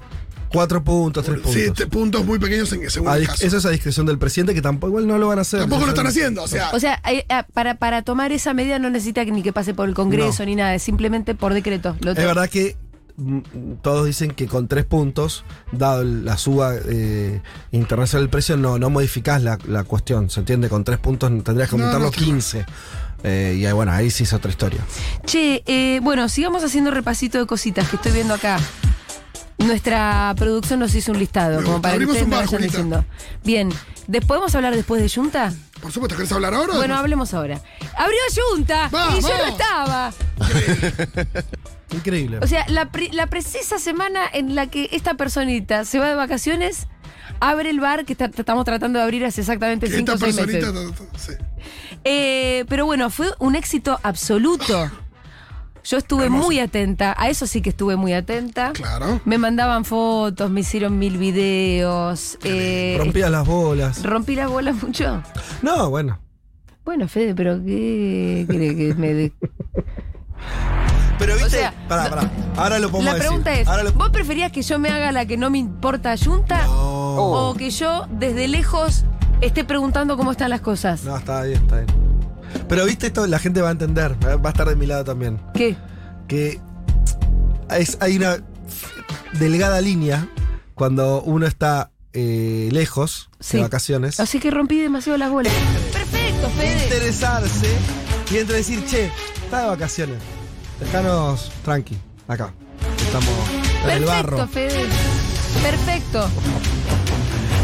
Speaker 4: Cuatro puntos, tres puntos.
Speaker 2: sí, te- puntos muy pequeños en según
Speaker 4: A
Speaker 2: el
Speaker 4: dis-
Speaker 2: caso.
Speaker 4: eso es a discreción del presidente, que tampoco igual no lo van a hacer.
Speaker 2: Tampoco lo están
Speaker 4: Yo-
Speaker 2: haciendo, o sea,
Speaker 1: O sea, eh, eh, para, para tomar esa medida no necesita que ni que pase por el Congreso
Speaker 4: No.
Speaker 1: ni nada, es simplemente por decreto. Lo
Speaker 4: Es verdad que mm, todos dicen que con tres puntos, dado el- la suba eh, internacional del precio, no, no modificás la, la cuestión. ¿Se entiende? Con tres puntos tendrías que
Speaker 2: No,
Speaker 4: aumentar
Speaker 2: no,
Speaker 4: los
Speaker 2: claro.
Speaker 4: 15. Eh, y ahí, bueno, ahí sí es otra historia.
Speaker 1: Che, eh, bueno, sigamos haciendo repasito de cositas que estoy viendo acá. Nuestra producción nos hizo un listado,
Speaker 2: Me
Speaker 1: como
Speaker 2: gusta.
Speaker 1: para que
Speaker 2: Abrimos
Speaker 1: ustedes
Speaker 2: un
Speaker 1: me
Speaker 2: bar,
Speaker 1: vayan
Speaker 2: Julita.
Speaker 1: diciendo. Bien, ¿des- ¿podemos hablar después de Junta?
Speaker 2: por supuesto, ¿querés hablar ahora? o
Speaker 1: Bueno,
Speaker 2: no?
Speaker 1: hablemos ahora. ¡Abrió Junta! Y
Speaker 2: Vamos.
Speaker 1: yo no estaba.
Speaker 4: Increíble.
Speaker 1: O sea, la, pre- la precisa semana en la que esta personita se va de vacaciones, abre el bar que está- estamos tratando de abrir hace exactamente
Speaker 2: Que
Speaker 1: cinco
Speaker 2: esta
Speaker 1: o seis meses.
Speaker 2: personita... ta- ta- sí.
Speaker 1: Eh, pero bueno, fue un éxito absoluto. Yo estuve
Speaker 2: Ah, Hermoso.
Speaker 1: muy atenta, a eso sí que estuve muy atenta.
Speaker 2: Claro.
Speaker 1: Me mandaban fotos, me hicieron mil videos. eh,
Speaker 4: Rompías las bolas.
Speaker 1: rompí las bolas mucho.
Speaker 4: No, bueno.
Speaker 1: Bueno, Fede, pero ¿qué cree que me de-
Speaker 4: Pero
Speaker 1: viste-
Speaker 4: viste.
Speaker 1: sea,
Speaker 4: pará, pará. Ahora lo pongo
Speaker 1: La pregunta es, ¿vos preferías que yo me haga la que no me importa Junta o que yo desde lejos esté preguntando cómo están las cosas?
Speaker 4: No, está bien, está bien. Pero viste esto, la gente va a entender. Va va a estar de mi lado también.
Speaker 1: ¿Qué?
Speaker 4: que es, hay una delgada línea cuando uno está eh, lejos
Speaker 1: Sí.
Speaker 4: de vacaciones.
Speaker 1: Así que rompí demasiado las bolas. Perfecto, Fede.
Speaker 4: Interesarse y entre decir, che, está de vacaciones. Dejanos tranqui, acá. Estamos. el
Speaker 1: Perfecto,
Speaker 4: barro.
Speaker 1: Fede. Perfecto.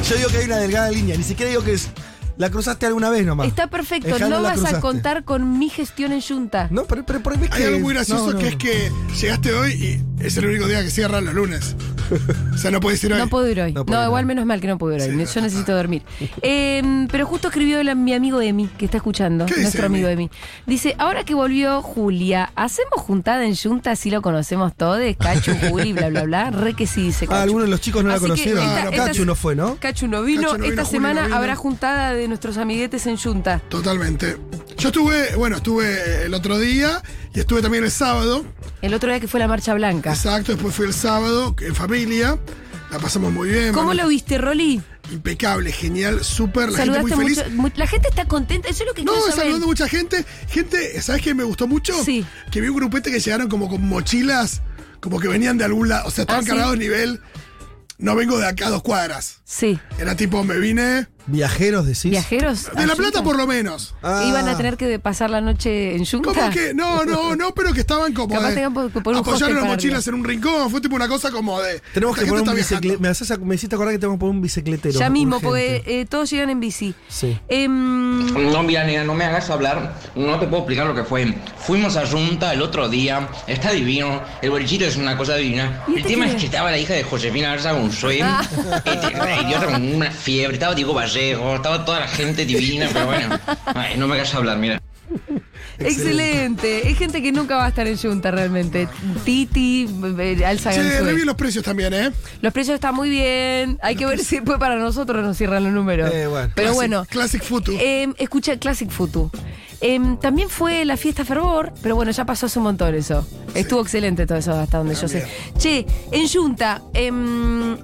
Speaker 4: Yo digo que hay una delgada línea, ni siquiera digo que es. La cruzaste alguna vez nomás.
Speaker 1: Está perfecto.
Speaker 4: Dejalo,
Speaker 1: No
Speaker 4: la
Speaker 1: vas a
Speaker 4: cruzaste.
Speaker 1: contar con mi gestión en Junta.
Speaker 4: No, pero, pero por mí es que.
Speaker 2: Hay algo muy gracioso
Speaker 4: no, no.
Speaker 2: que es que llegaste hoy y es el único día que cierran los lunes. O sea, no puedes ir hoy.
Speaker 1: No puedo ir hoy.
Speaker 4: No
Speaker 1: No,
Speaker 4: puedo ir
Speaker 1: igual
Speaker 4: hoy.
Speaker 1: menos mal que no puedo ir hoy. Yo necesito dormir. Eh, pero justo escribió el- mi amigo Emi, que está escuchando,
Speaker 2: ¿Qué dice
Speaker 1: nuestro amigo
Speaker 2: Emi?
Speaker 1: Emi. Dice, ahora que volvió Julia, ¿hacemos juntada en Junta así lo conocemos todos? Cachu, Juli, bla, bla, bla. Re que sí, dice Cachu.
Speaker 4: Ah, algunos de los chicos no la
Speaker 1: Así que
Speaker 4: conocieron.
Speaker 1: esta-
Speaker 4: Ah, no,
Speaker 1: esta-
Speaker 4: Cachu no fue, ¿no?
Speaker 1: Cachu no vino.
Speaker 2: Cachu no vino,
Speaker 1: Esta
Speaker 2: Juli
Speaker 1: semana
Speaker 2: no vino.
Speaker 1: habrá juntada de nuestros amiguetes en Junta.
Speaker 2: Totalmente. Yo estuve, bueno, estuve el otro día y estuve también el sábado.
Speaker 1: El otro día que fue la Marcha Blanca.
Speaker 2: Exacto, después fui el sábado en familia. La pasamos muy bien.
Speaker 1: ¿Cómo
Speaker 2: Manuel,
Speaker 1: lo viste, Roli?
Speaker 2: Impecable, genial, súper. La gente muy
Speaker 1: Saludaste
Speaker 2: feliz.
Speaker 1: mucho. mu- La gente está contenta. Eso es lo que
Speaker 2: No,
Speaker 1: quiero saber.
Speaker 2: saludando mucha gente. Gente, ¿sabes qué me gustó mucho?
Speaker 1: Sí.
Speaker 2: Que vi un grupete que llegaron como con mochilas, como que venían de algún lado. O sea, estaban
Speaker 1: Ah, ¿sí?
Speaker 2: cargados nivel. No vengo de acá a dos cuadras.
Speaker 1: Sí.
Speaker 2: Era tipo, me vine.
Speaker 4: Viajeros decís.
Speaker 1: ¿Viajeros?
Speaker 2: De La
Speaker 1: ¿A Junta?
Speaker 2: Plata, por lo menos.
Speaker 4: Ah.
Speaker 1: ¿Iban a tener que pasar la noche en Yunta?
Speaker 2: Como que, no, no, no, pero que estaban como.
Speaker 1: Capaz
Speaker 2: de-
Speaker 1: tengan por- por un hostel
Speaker 2: apoyaron las
Speaker 1: para
Speaker 2: mochilas en un rincón. Fue tipo una cosa como de.
Speaker 4: Tenemos
Speaker 2: esta gente
Speaker 4: que poner un
Speaker 2: está
Speaker 4: bicicletero.
Speaker 2: viajando.
Speaker 4: Me, haces ac- me hiciste acordar que tenemos que poner un bicicletero.
Speaker 1: Ya mismo,
Speaker 4: urgente.
Speaker 1: porque eh, todos llegan en bici.
Speaker 4: Sí.
Speaker 1: Em,
Speaker 8: No, Vianea, no me hagas hablar, no te puedo explicar lo que fue. Fuimos a Junta el otro día, está divino, el bolillito es una cosa divina.
Speaker 1: ¿Y
Speaker 8: El
Speaker 1: este
Speaker 8: tema
Speaker 1: quién
Speaker 8: es que
Speaker 1: es?
Speaker 8: estaba la hija de Josefina Garza Gonzué,
Speaker 1: Ah.
Speaker 8: este, idiota con una fiebre, estaba Diego Vallejo, estaba toda la gente divina, pero bueno, ay, no me hagas hablar, mira.
Speaker 1: excelente. Es gente que nunca va a estar en Yunta realmente. Titi, eh, Alza
Speaker 2: Che,
Speaker 1: Ganzúe.
Speaker 2: re bien los precios también, ¿eh?
Speaker 1: Los precios están muy bien. Hay que ver si después para nosotros nos cierran los números.
Speaker 4: Eh, bueno.
Speaker 1: Pero
Speaker 2: Classic-
Speaker 1: bueno.
Speaker 2: Classic Futu.
Speaker 1: Em, escucha, Classic Futu. Em, también fue la fiesta Fervor, pero bueno, ya pasó hace un montón eso. Estuvo excelente todo eso hasta donde
Speaker 4: Ah,
Speaker 1: yo sé. Che, en Junta, em,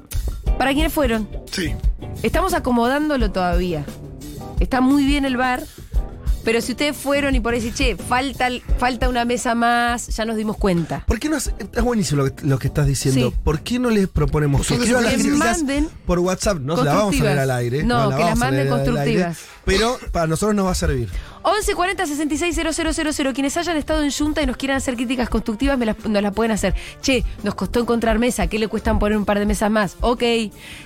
Speaker 1: ¿para quiénes fueron?
Speaker 2: sí.
Speaker 1: Estamos acomodándolo todavía. Está muy bien el bar. Pero si ustedes fueron y por ahí dicen, che, falta, falta una mesa más, ya nos dimos cuenta.
Speaker 4: ¿Por qué no hace- Es buenísimo lo que, lo que estás diciendo.
Speaker 1: Sí.
Speaker 4: ¿Por qué no les proponemos
Speaker 2: Pues
Speaker 4: que
Speaker 2: son de
Speaker 4: escriban las
Speaker 2: sus
Speaker 1: Que
Speaker 4: críticas
Speaker 1: manden
Speaker 4: por WhatsApp? No la vamos a
Speaker 1: constructivas.
Speaker 4: leer al aire.
Speaker 1: No,
Speaker 4: la
Speaker 1: que las
Speaker 4: vamos a
Speaker 1: manden
Speaker 4: leer al aire,
Speaker 1: constructivas.
Speaker 4: Pero para nosotros nos va a servir.
Speaker 1: 11 40 66 000. Quienes hayan estado en Junta y nos quieran hacer críticas constructivas, me las- nos las pueden hacer. Che, nos costó encontrar mesa. ¿Qué le cuestan poner un par de mesas más? Ok.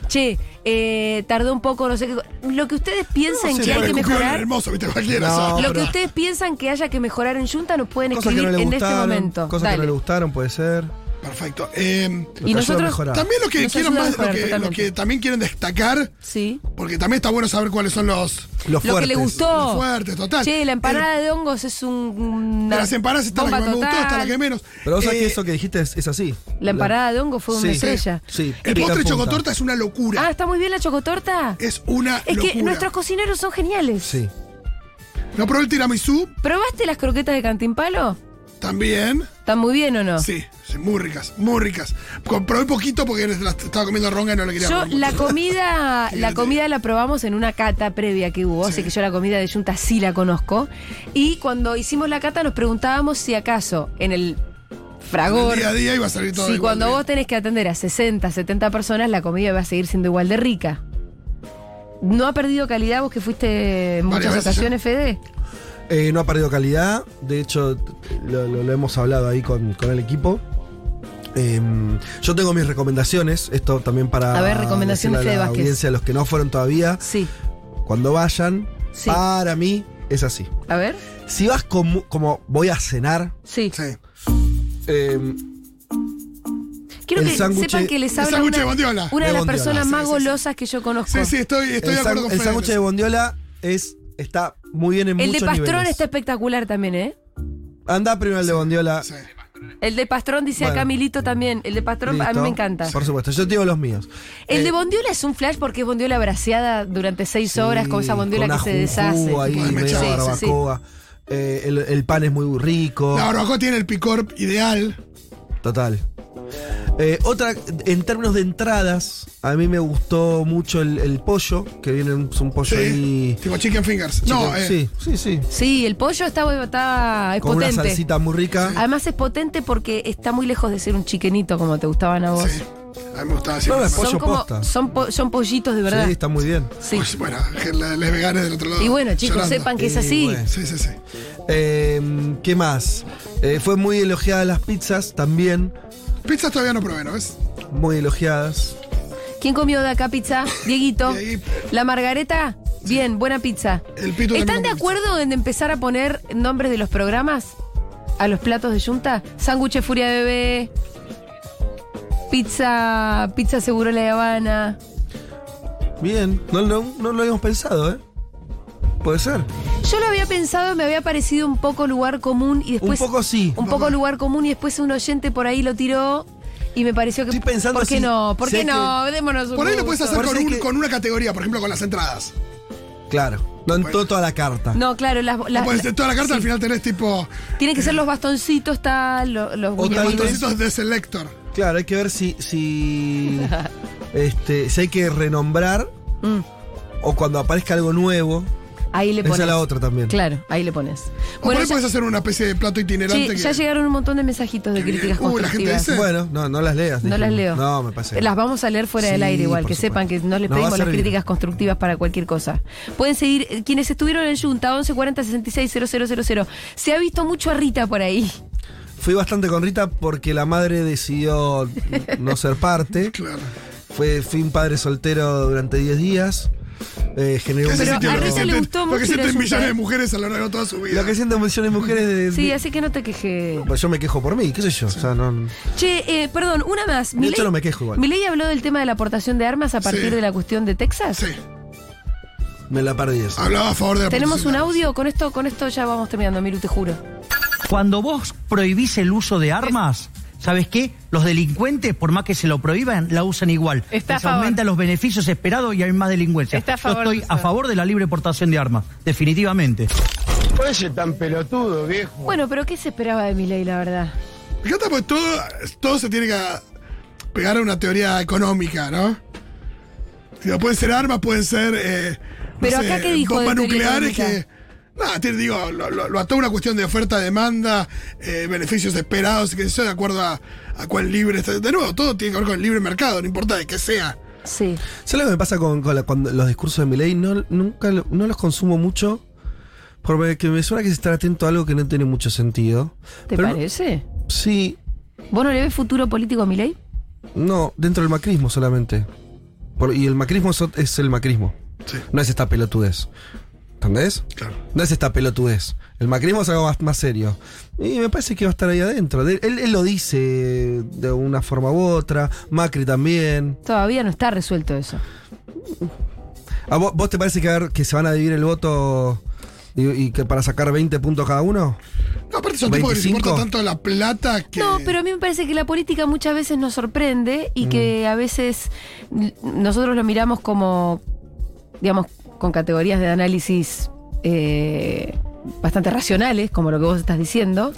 Speaker 1: Che, eh, tardó un poco, no sé qué. co- Lo que ustedes piensen
Speaker 4: No, sí,
Speaker 1: que hay
Speaker 4: pero
Speaker 1: que
Speaker 2: Escupió el
Speaker 1: mejorar.
Speaker 2: hermoso, viste, cualquiera.
Speaker 4: No.
Speaker 2: ¿sabes?
Speaker 1: Lo que
Speaker 4: pero-
Speaker 1: ustedes piensan que haya que mejorar en Junta nos pueden
Speaker 4: Cosas que
Speaker 1: escribir
Speaker 4: no le
Speaker 1: en este
Speaker 4: gustaron.
Speaker 1: momento.
Speaker 4: cosas que no
Speaker 1: Dale.
Speaker 4: le gustaron, puede ser.
Speaker 2: Perfecto. Eh,
Speaker 4: que ayuda
Speaker 1: y
Speaker 4: a
Speaker 1: nosotros.
Speaker 4: mejorar.
Speaker 2: también lo que
Speaker 1: Nos
Speaker 2: quieran
Speaker 1: ayuda a
Speaker 2: más, lo
Speaker 1: mejorar,
Speaker 2: que, lo
Speaker 1: totalmente.
Speaker 2: que también quieren destacar,
Speaker 1: Sí.
Speaker 2: porque también está bueno saber cuáles son los.
Speaker 4: Los
Speaker 1: Lo que le
Speaker 4: fuertes.
Speaker 1: gustó.
Speaker 2: Los fuertes, total.
Speaker 1: Oh.
Speaker 2: Em,
Speaker 1: Che, la empanada de hongos es un.
Speaker 2: De Eh, las empanadas está la que
Speaker 1: bomba
Speaker 2: más me gustó,
Speaker 1: total.
Speaker 2: está la que menos.
Speaker 4: Pero vos sabés
Speaker 2: Eh,
Speaker 4: que eso que dijiste es, es así.
Speaker 1: La empanada de hongo fue una
Speaker 4: Sí.
Speaker 1: estrella.
Speaker 4: Sí.
Speaker 2: El
Speaker 4: pica
Speaker 2: postre
Speaker 4: punta.
Speaker 2: chocotorta es una locura.
Speaker 1: Ah, está muy bien la chocotorta.
Speaker 2: Es una
Speaker 1: Es
Speaker 2: locura.
Speaker 1: que nuestros cocineros son geniales.
Speaker 4: Sí.
Speaker 2: No probé el tiramisú
Speaker 1: ¿Probaste las croquetas de Cantimpalo?
Speaker 2: también.
Speaker 1: ¿Están muy bien o no?
Speaker 2: Sí, sí, muy ricas, muy ricas. Com- Probé poquito porque las estaba comiendo ronga y no le quería
Speaker 1: Yo
Speaker 2: probar mucho.
Speaker 1: la comida,
Speaker 2: Qué
Speaker 1: la
Speaker 2: grande.
Speaker 1: comida la probamos en una cata previa que hubo, así que yo la comida de Junta sí la conozco. Y cuando hicimos la cata nos preguntábamos si acaso en el
Speaker 2: En el
Speaker 1: fragor,
Speaker 2: día a día iba a salir todo
Speaker 1: si
Speaker 2: igual
Speaker 4: ¿eh?
Speaker 1: cuando
Speaker 2: de
Speaker 1: vos tenés que atender a 60, 70 personas, la comida va a seguir siendo igual de rica. ¿No ha perdido calidad vos que fuiste en
Speaker 2: Varias
Speaker 1: muchas
Speaker 2: veces
Speaker 1: ocasiones, Fede?
Speaker 4: Eh, no ha perdido calidad. De hecho, lo, lo- lo hemos hablado ahí con, con el equipo. Eh, yo tengo mis recomendaciones. Esto también para.
Speaker 1: A ver, recomendaciones,
Speaker 4: decirle a
Speaker 1: Fede
Speaker 4: la
Speaker 1: Vázquez.
Speaker 4: audiencia, a los que no fueron todavía.
Speaker 1: Sí.
Speaker 4: Cuando vayan,
Speaker 1: Sí.
Speaker 4: para mí es así.
Speaker 1: A ver.
Speaker 4: Si vas como, como voy a cenar,
Speaker 1: Sí.
Speaker 2: Sí. Em,
Speaker 4: eh,
Speaker 1: Quiero
Speaker 4: El
Speaker 1: que
Speaker 4: sándwich-
Speaker 1: sepan que les
Speaker 2: el
Speaker 1: habla
Speaker 2: sándwich de
Speaker 1: una,
Speaker 2: bondiola.
Speaker 1: una
Speaker 4: De
Speaker 1: de las
Speaker 4: bondiola,
Speaker 1: personas
Speaker 4: sí,
Speaker 1: más
Speaker 2: sí, sí.
Speaker 1: golosas que yo conozco.
Speaker 2: Sí, sí, estoy, estoy
Speaker 4: el,
Speaker 2: de acuerdo
Speaker 4: san-
Speaker 2: con
Speaker 4: el
Speaker 2: Fede.
Speaker 4: sándwich de bondiola es, está muy bien en
Speaker 1: El de
Speaker 4: muchos
Speaker 1: Pastrón
Speaker 4: niveles.
Speaker 1: está espectacular también, ¿eh?
Speaker 4: Anda primero el de bondiola.
Speaker 2: Sí.
Speaker 1: El de Pastrón dice
Speaker 4: Bueno.
Speaker 1: acá Milito también. El de Pastrón a mí
Speaker 4: Listo.
Speaker 1: me encanta.
Speaker 4: Por supuesto, yo te digo los míos.
Speaker 1: El de
Speaker 4: Eh,
Speaker 1: Bondiola es un flash porque es Bondiola braseada durante seis
Speaker 4: Sí,
Speaker 1: horas con esa Bondiola
Speaker 4: con
Speaker 1: que se
Speaker 4: ajú,
Speaker 1: deshace.
Speaker 4: ahí,
Speaker 2: Podés
Speaker 4: medio
Speaker 2: mechar.
Speaker 1: Sí, sí, sí.
Speaker 4: barbacoa. Eh, el, el pan es muy rico.
Speaker 2: La barbacoa tiene el picor ideal.
Speaker 4: Total. Eh, otra, en términos de entradas, a mí me gustó mucho el, el pollo, que viene un, es un pollo
Speaker 2: Sí.
Speaker 4: ahí.
Speaker 2: Tipo chicken fingers. no,
Speaker 4: chico-
Speaker 2: eh,
Speaker 4: sí, sí, sí.
Speaker 1: Sí, el pollo está, está es
Speaker 4: Con una
Speaker 1: potente. Ah,
Speaker 4: salsita muy rica.
Speaker 1: Además es potente porque está muy lejos de ser un chiquenito como te gustaban a vos.
Speaker 2: sí. A mí me gustaba así.
Speaker 4: No, es
Speaker 1: Son
Speaker 4: pollo
Speaker 1: como
Speaker 4: posta.
Speaker 1: son, po- son pollitos de verdad.
Speaker 4: Sí, está muy bien.
Speaker 1: Sí.
Speaker 2: Pues, bueno, las veganas del otro lado.
Speaker 1: Y bueno, chicos,
Speaker 2: llorando.
Speaker 1: sepan que es
Speaker 4: Y
Speaker 1: así.
Speaker 4: bueno.
Speaker 2: Sí, sí, sí.
Speaker 4: Em, Eh, ¿Qué más? Eh, fue muy elogiada las pizzas también.
Speaker 2: Pizzas todavía no probé, ¿no ves?
Speaker 4: Muy elogiadas.
Speaker 1: ¿Quién comió de acá pizza? Dieguito.
Speaker 2: Diegui-
Speaker 1: ¿La Margareta? Bien, buena pizza.
Speaker 2: El pito también
Speaker 1: ¿Están de
Speaker 2: comió
Speaker 1: acuerdo en empezar a poner nombres de los programas? ¿A los platos de Junta? Sándwiches Furia Bebé. Pizza. Pizza Seguro La Habana.
Speaker 4: Bien, no, no, no lo habíamos pensado, ¿eh? Puede ser.
Speaker 1: Yo lo había pensado, me había parecido un poco lugar común y después.
Speaker 4: poco sí.
Speaker 1: Un poco lugar común y después un oyente por ahí lo tiró y me pareció que.
Speaker 4: Estoy pensando
Speaker 1: ¿Por qué
Speaker 4: si-
Speaker 1: no? ¿Por
Speaker 4: si
Speaker 1: qué
Speaker 4: hay
Speaker 1: no? Démonos un
Speaker 2: Por ahí lo
Speaker 1: gusto.
Speaker 2: puedes hacer
Speaker 4: Por
Speaker 2: con,
Speaker 4: eso es
Speaker 2: un-
Speaker 4: que-
Speaker 2: con una categoría, por ejemplo, con las entradas.
Speaker 4: Claro. No en
Speaker 2: Bueno.
Speaker 4: to- toda la carta.
Speaker 1: No, claro, las,
Speaker 2: O
Speaker 1: las-
Speaker 2: puedes hacer toda la carta, al final tenés tipo
Speaker 1: tienen que ser los bastoncitos, tal, lo- los
Speaker 4: O tal
Speaker 1: muñequitos.
Speaker 4: vez-
Speaker 2: botoncitos de selector.
Speaker 4: Claro, hay que ver si. si este, si hay que renombrar
Speaker 1: Mm.
Speaker 4: o cuando aparezca algo nuevo.
Speaker 1: Ahí le
Speaker 4: Esa
Speaker 1: pones.
Speaker 4: es la otra también.
Speaker 1: Claro, ahí le pones.
Speaker 2: O
Speaker 1: Bueno,
Speaker 2: por ahí
Speaker 1: ya,
Speaker 2: puedes hacer una especie de plato itinerante.
Speaker 1: sí,
Speaker 2: que-
Speaker 1: ya llegaron un montón de mensajitos de
Speaker 2: Qué bien.
Speaker 1: críticas
Speaker 2: Uy, la gente
Speaker 1: constructivas.
Speaker 2: dice-
Speaker 4: Bueno, no, no las leas.
Speaker 1: No
Speaker 4: dije.
Speaker 1: las leo.
Speaker 4: No, me parece.
Speaker 1: Las vamos a leer fuera
Speaker 4: Sí,
Speaker 1: del aire igual,
Speaker 4: por
Speaker 1: que
Speaker 4: supuesto.
Speaker 1: sepan que no les
Speaker 4: Nos va a
Speaker 1: pedimos las
Speaker 4: servir.
Speaker 1: críticas constructivas para cualquier cosa. Pueden seguir, eh, quienes estuvieron en Junta, 1140 000. Se ha visto mucho a Rita por ahí.
Speaker 4: Fui bastante con Rita porque la madre decidió no ser parte.
Speaker 2: Claro.
Speaker 4: Fue, fui un padre soltero durante 10 días. Eh, generó
Speaker 2: ¿Qué
Speaker 4: un
Speaker 2: se
Speaker 1: Pero
Speaker 2: sintió
Speaker 1: a
Speaker 2: lo que
Speaker 1: Rita le
Speaker 2: sienten-
Speaker 1: gustó
Speaker 2: Lo
Speaker 1: mucho
Speaker 2: que
Speaker 1: ir a
Speaker 2: sienten
Speaker 1: ayudar.
Speaker 2: millones de mujeres a lo largo de toda su vida.
Speaker 4: Lo que sienten millones de mujeres de,
Speaker 1: Sí,
Speaker 4: de-
Speaker 1: así que no te quejes.
Speaker 4: Pues yo me quejo por mí, qué sé yo. O sea, no,
Speaker 1: Che, eh, perdón, una más.
Speaker 4: De hecho, no me quejo igual.
Speaker 1: Milei habló del tema de la aportación de armas a partir
Speaker 2: Sí.
Speaker 1: de la cuestión de Texas.
Speaker 2: Sí,
Speaker 4: me la perdí esa.
Speaker 2: hablaba a favor de la
Speaker 1: Tenemos un
Speaker 2: publicidad.
Speaker 1: audio, con esto, con esto ya vamos terminando, Miru, te juro.
Speaker 9: Cuando vos prohibís el uso de armas, ¿sabes qué? Los delincuentes, por más que se lo prohíban, la usan igual.
Speaker 10: Está a
Speaker 9: Les
Speaker 10: favor.
Speaker 9: aumentan los beneficios esperados y hay más delincuencia.
Speaker 10: Está a favor
Speaker 9: Yo
Speaker 10: de
Speaker 9: estoy
Speaker 10: eso.
Speaker 9: a favor de la libre portación de armas, definitivamente.
Speaker 7: Oye, tan pelotudo, viejo.
Speaker 1: Bueno, pero ¿qué se esperaba de Milei, la verdad?
Speaker 2: Me encanta porque pues, todo, todo se tiene que pegar a una teoría económica, ¿no? Digo, pueden ser armas, pueden ser. eh, no
Speaker 1: Pero
Speaker 2: sé,
Speaker 1: acá, ¿qué dijo
Speaker 2: Bombas
Speaker 1: de teoría
Speaker 2: nucleares que.
Speaker 1: económica?
Speaker 2: Nada, te digo, lo, lo, lo ató a una cuestión de oferta-demanda, eh, beneficios esperados, y que yo de acuerdo a, a cuál libre está. De nuevo, todo tiene que ver con el libre mercado, no importa de qué sea.
Speaker 1: Sí.
Speaker 4: ¿Sabes lo que me pasa con, con la- cuando los discursos de Milei? No, nunca lo- no los consumo mucho. Porque me suena que se está atento a algo que no tiene mucho sentido.
Speaker 1: ¿Te
Speaker 4: Pero no-
Speaker 1: parece?
Speaker 4: sí,
Speaker 1: ¿Vos no le ves futuro político a Milei?
Speaker 4: no, dentro del macrismo solamente. Por- y el macrismo es, ot- es el macrismo.
Speaker 2: Sí.
Speaker 4: No es esta pelotudez. ¿Entendés?
Speaker 2: Claro.
Speaker 4: No es esta pelotudez. El macrismo es algo más, más serio. Y me parece que va a estar ahí adentro. De- él, él lo dice de una forma u otra. Macri también.
Speaker 1: Todavía no está resuelto eso.
Speaker 4: ¿A vos, vos te parece que, a ver, que se van a dividir el voto y, y que para sacar 20 puntos cada uno?
Speaker 2: No, aparte son tipos que les
Speaker 4: 25.
Speaker 2: importa tanto la plata que.
Speaker 1: No, pero a mí me parece que la política muchas veces nos sorprende y
Speaker 4: Mm.
Speaker 1: que a veces n- nosotros lo miramos como, digamos, con categorías de análisis eh, bastante racionales, como lo que vos estás diciendo,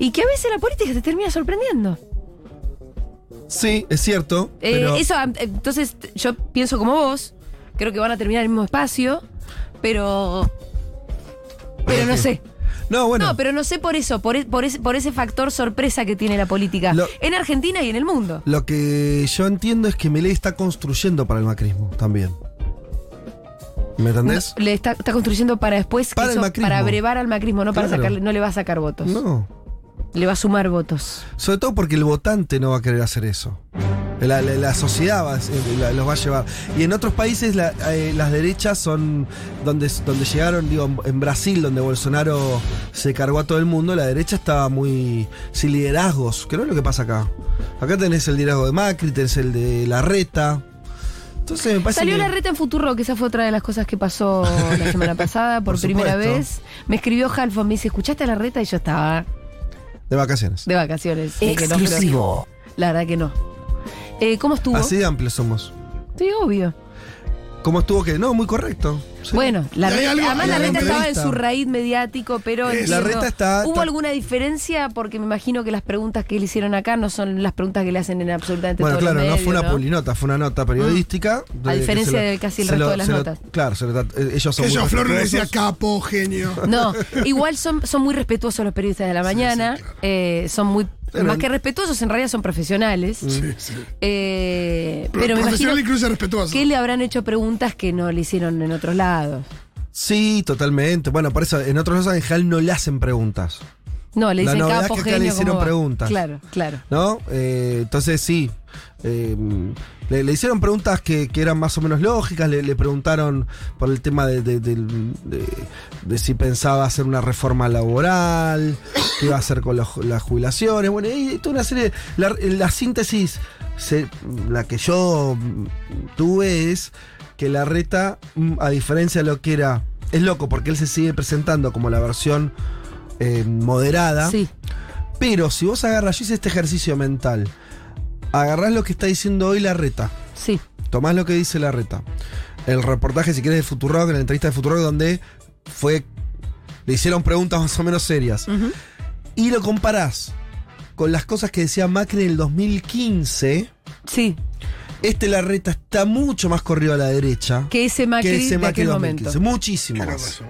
Speaker 1: y que a veces la política te termina sorprendiendo.
Speaker 4: Sí, es cierto.
Speaker 1: Eh,
Speaker 4: pero
Speaker 1: eso, am- entonces, t- yo pienso como vos, creo que van a terminar en el mismo espacio, pero... Pero no sé.
Speaker 4: no, bueno.
Speaker 1: No, pero no sé por eso, por, e- por, ese, por ese factor sorpresa que tiene la política
Speaker 4: Lo-
Speaker 1: en Argentina y en el mundo.
Speaker 4: Lo que yo entiendo es que Milei está construyendo para el macrismo también. ¿Me entendés?
Speaker 1: No, le está, está construyendo para después,
Speaker 4: Para el macrismo.
Speaker 1: para brevar al macrismo, no para
Speaker 4: Claro.
Speaker 1: sacarle, no le va a sacar votos.
Speaker 4: No.
Speaker 1: Le va a sumar votos.
Speaker 4: Sobre todo porque el votante no va a querer hacer eso. La, la- la sociedad va a- eh, la- los va a llevar. Y en otros países la- eh, las derechas son donde, donde llegaron, digo, en- en Brasil, donde Bolsonaro se cargó a todo el mundo, la derecha estaba muy sin liderazgos, que no es lo que pasa acá. Acá tenés el liderazgo de Macri, tenés el de Larreta. Entonces me parece
Speaker 1: Salió
Speaker 4: que-
Speaker 1: la reta en Futuro, que esa fue otra de las cosas que pasó la semana pasada por,
Speaker 4: Por
Speaker 1: primera
Speaker 4: supuesto.
Speaker 1: vez. Me escribió Halfon, me dice, ¿escuchaste la reta? Y yo estaba
Speaker 4: de vacaciones.
Speaker 1: de vacaciones. Dije que no, pero- la verdad que no. Eh, ¿Cómo estuvo?
Speaker 4: Así de amplios somos.
Speaker 1: Sí, obvio.
Speaker 4: ¿Cómo estuvo que? No, muy correcto. Sí.
Speaker 1: Bueno, la
Speaker 2: Y hay
Speaker 1: reta,
Speaker 2: algo-
Speaker 1: además la
Speaker 2: hay algo
Speaker 1: reta estaba en
Speaker 4: entrevista.
Speaker 1: su raíz mediático, pero
Speaker 2: Es-
Speaker 1: entiendo,
Speaker 4: La reta está-
Speaker 1: ¿Hubo
Speaker 4: está-
Speaker 1: alguna diferencia? Porque me imagino que las preguntas que le hicieron acá no son las preguntas que le hacen en absolutamente
Speaker 4: Bueno,
Speaker 1: todos los
Speaker 4: claro, no fue
Speaker 1: medios,
Speaker 4: una polinota, fue una nota periodística. de- que
Speaker 1: Ah. diferencia
Speaker 4: se lo-
Speaker 1: de casi el
Speaker 4: se
Speaker 1: resto
Speaker 4: lo-
Speaker 1: de las
Speaker 4: se lo-
Speaker 1: notas.
Speaker 4: claro, se lo tra- eh, ellos son
Speaker 2: Que
Speaker 4: muy
Speaker 2: yo a Flor le decía
Speaker 4: respetuosos.
Speaker 2: capo, genio.
Speaker 1: No, igual son, son muy respetuosos los periodistas de la mañana,
Speaker 2: sí, claro.
Speaker 1: eh, son muy...
Speaker 4: Pero-
Speaker 1: más que respetuosos, en realidad son profesionales.
Speaker 2: Sí, sí.
Speaker 1: Eh, pero me imagino
Speaker 2: profesional incluso respetuoso.
Speaker 1: que le habrán hecho preguntas que no le hicieron en otros lados.
Speaker 4: Sí, totalmente. Bueno, por eso en otros lados en general no le hacen preguntas.
Speaker 1: No, le
Speaker 4: La
Speaker 1: dicen
Speaker 4: novedad es
Speaker 1: capo,
Speaker 4: que acá le
Speaker 1: genio.
Speaker 4: hicieron
Speaker 1: ¿cómo va?
Speaker 4: preguntas.
Speaker 1: Claro, claro.
Speaker 4: ¿no? Eh, entonces sí, eh, le, le hicieron preguntas que, que eran más o menos lógicas, le, le preguntaron por el tema de, de- del- de- de si pensaba hacer una reforma laboral, qué iba a hacer con los- las jubilaciones, bueno, y toda una serie, de- la, la síntesis, se- la que yo mm, tuve es que la reta, mm, a diferencia de lo que era, es loco porque él se sigue presentando como la versión eh, moderada.
Speaker 1: Sí.
Speaker 4: Pero si vos agarras, yo hice este ejercicio mental. Agarrás lo que está diciendo hoy la reta.
Speaker 1: Sí,
Speaker 4: Tomás lo que dice la reta. El reportaje, si quieres, de Futurock, en la entrevista de Futurock, donde fue. Le hicieron preguntas más o menos serias. Y lo comparás con las cosas que decía Macri en el 2015.
Speaker 1: sí.
Speaker 4: Este la reta está mucho más corrido a la derecha
Speaker 1: Que ese Macri,
Speaker 4: que ese
Speaker 1: de
Speaker 4: Macri
Speaker 1: aquel
Speaker 4: en
Speaker 1: momento.
Speaker 4: 2015. Muchísimo
Speaker 2: Claro, pues.
Speaker 4: más.
Speaker 2: eso.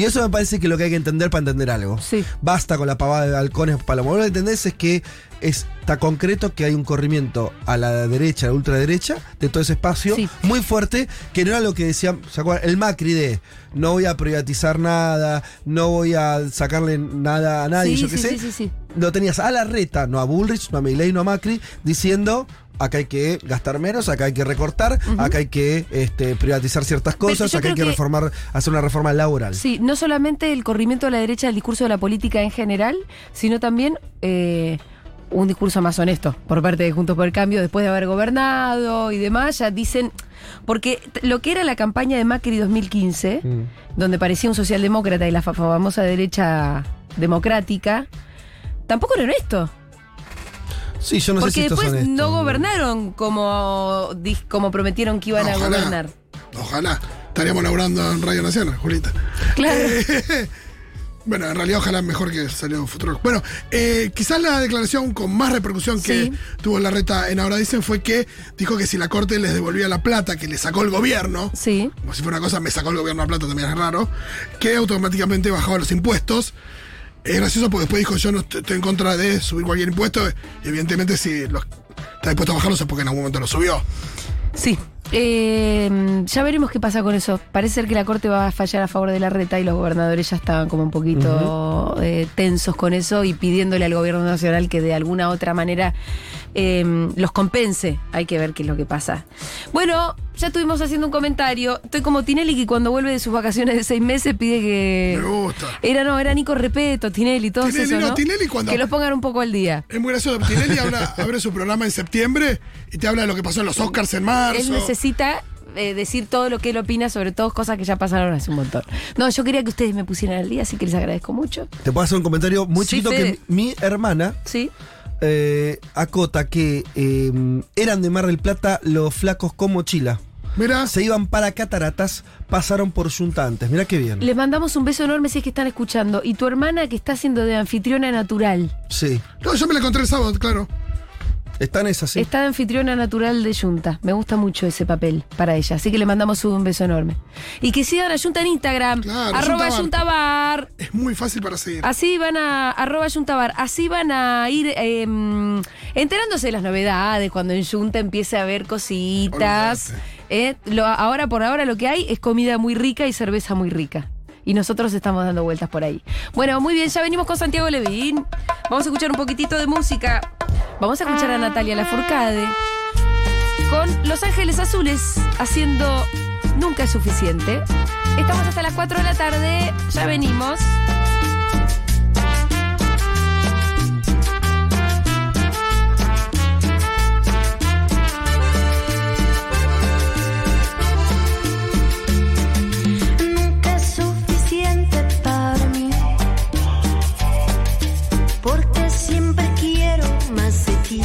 Speaker 4: Y eso me parece que es lo que hay que entender para entender algo.
Speaker 1: Sí.
Speaker 4: Basta con la pavada de balcones para lo que entendés es que está concreto que hay un corrimiento a la derecha, a la ultraderecha, de todo ese espacio,
Speaker 1: Sí.
Speaker 4: muy fuerte, que no era lo que decía ¿se acuerdan? el Macri de no voy a privatizar nada, no voy a sacarle nada a nadie,
Speaker 1: Sí,
Speaker 4: yo qué
Speaker 1: sí,
Speaker 4: sé.
Speaker 1: sí, sí, sí.
Speaker 4: Lo tenías a la reta, no a Bullrich, no a Milei, no a Macri, diciendo acá hay que gastar menos, acá hay que recortar, acá hay que este, privatizar ciertas cosas,
Speaker 1: yo
Speaker 4: acá
Speaker 1: creo
Speaker 4: hay
Speaker 1: que-
Speaker 4: que, reformar, hacer una reforma laboral.
Speaker 1: Sí, no solamente el corrimiento de la derecha del discurso de la política en general, sino también eh, un discurso más honesto por parte de Juntos por el Cambio, después de haber gobernado y demás, ya dicen, porque t- lo que era la campaña de Macri 2015,
Speaker 4: Mm.
Speaker 1: donde parecía un socialdemócrata y la fa- famosa derecha democrática, tampoco era honesto.
Speaker 4: Sí, yo no sé si
Speaker 1: porque
Speaker 4: estos
Speaker 1: después
Speaker 4: son estos.
Speaker 1: no gobernaron como, di- como prometieron que iban a
Speaker 2: Ojalá.
Speaker 1: gobernar.
Speaker 2: Ojalá. Estaríamos laburando en Radio Nacional, Julita.
Speaker 1: Claro.
Speaker 2: Bueno, en realidad ojalá mejor que salió Futurock. Bueno, eh, quizás la declaración con más repercusión que
Speaker 1: Sí.
Speaker 2: tuvo la reta en Ahora Dicen fue que dijo que si la corte les devolvía la plata que le sacó el gobierno,
Speaker 1: Sí.
Speaker 2: como si fuera una cosa, me sacó el gobierno la plata, también es raro, que automáticamente bajaba los impuestos. Es gracioso porque después dijo yo no est- estoy en contra de subir cualquier impuesto y evidentemente si los, está dispuesto a bajarlos es porque en algún momento lo subió.
Speaker 1: Sí. Eh, ya veremos qué pasa con eso. Parece ser que la Corte va a fallar a favor de la reta y los gobernadores ya estaban como un poquito eh, tensos con eso y pidiéndole al gobierno nacional que de alguna otra manera eh, los compense. Hay que ver qué es lo que pasa. Bueno, ya estuvimos haciendo un comentario. Estoy como Tinelli que cuando vuelve de sus vacaciones de seis meses pide que...
Speaker 2: Me gusta.
Speaker 1: Era, no, era Nico Repeto, Tinelli, todos
Speaker 2: Tinelli,
Speaker 1: esos,
Speaker 2: no,
Speaker 1: ¿no?
Speaker 2: Tinelli cuando-
Speaker 1: Que los pongan un poco al día.
Speaker 2: Es muy gracioso. Tinelli habla- abre su programa en septiembre y te habla de lo que pasó en los Oscars en
Speaker 1: Él
Speaker 2: marzo.
Speaker 1: necesita eh, decir todo lo que él opina sobre todo cosas que ya pasaron hace un montón. No, yo quería que ustedes me pusieran al día, así que les agradezco mucho.
Speaker 4: Te puedo hacer un comentario muy
Speaker 1: Sí,
Speaker 4: chiquito
Speaker 1: Fede.
Speaker 4: que mi hermana
Speaker 1: Sí.
Speaker 4: eh, acota que eh, eran de Mar del Plata los flacos con mochila.
Speaker 2: Mirá,
Speaker 4: Se iban para cataratas, pasaron por Yunta antes. Mirá qué bien.
Speaker 1: Les mandamos un beso enorme si es que están escuchando. Y tu hermana que está haciendo de anfitriona natural.
Speaker 4: Sí.
Speaker 2: no, yo me la encontré el sábado, claro.
Speaker 4: Están esas, sí.
Speaker 1: Está de anfitriona natural de Junta. Me gusta mucho ese papel para ella. Así que le mandamos un beso enorme. Y que sigan a Junta en Instagram.
Speaker 2: Claro,
Speaker 1: arroba
Speaker 2: Yunta
Speaker 1: Yuntabar.
Speaker 2: Es muy fácil para seguir.
Speaker 1: Así van a, arroba Yuntabar, así van a ir eh, enterándose de las novedades, cuando en Yunta empiece a haber cositas. Eh, lo- ahora por ahora lo que hay es comida muy rica y cerveza muy rica. Y nosotros estamos dando vueltas por ahí. Bueno, muy bien, ya venimos con Santiago Levín. Vamos a escuchar un poquitito de música. Vamos a escuchar a Natalia Lafourcade con Los Ángeles Azules haciendo Nunca es suficiente. Estamos hasta las 4 de la tarde, ya venimos.
Speaker 5: Nunca es suficiente para mí, porque siempre quiero más de ti.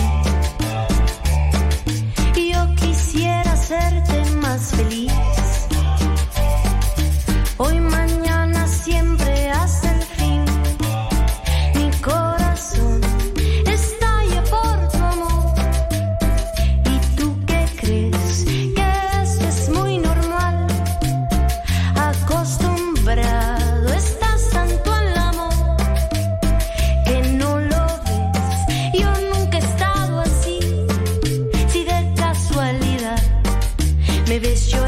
Speaker 5: Y Yo quisiera hacerte más feliz. Hoy, mañana, siempre hasta el fin. Mi corazón estalla por tu amor. ¿Y tú qué crees? Que esto es muy normal. Acostumbrado estás tanto al amor que no lo ves. Yo nunca he estado así. Si de casualidad me ves llorar.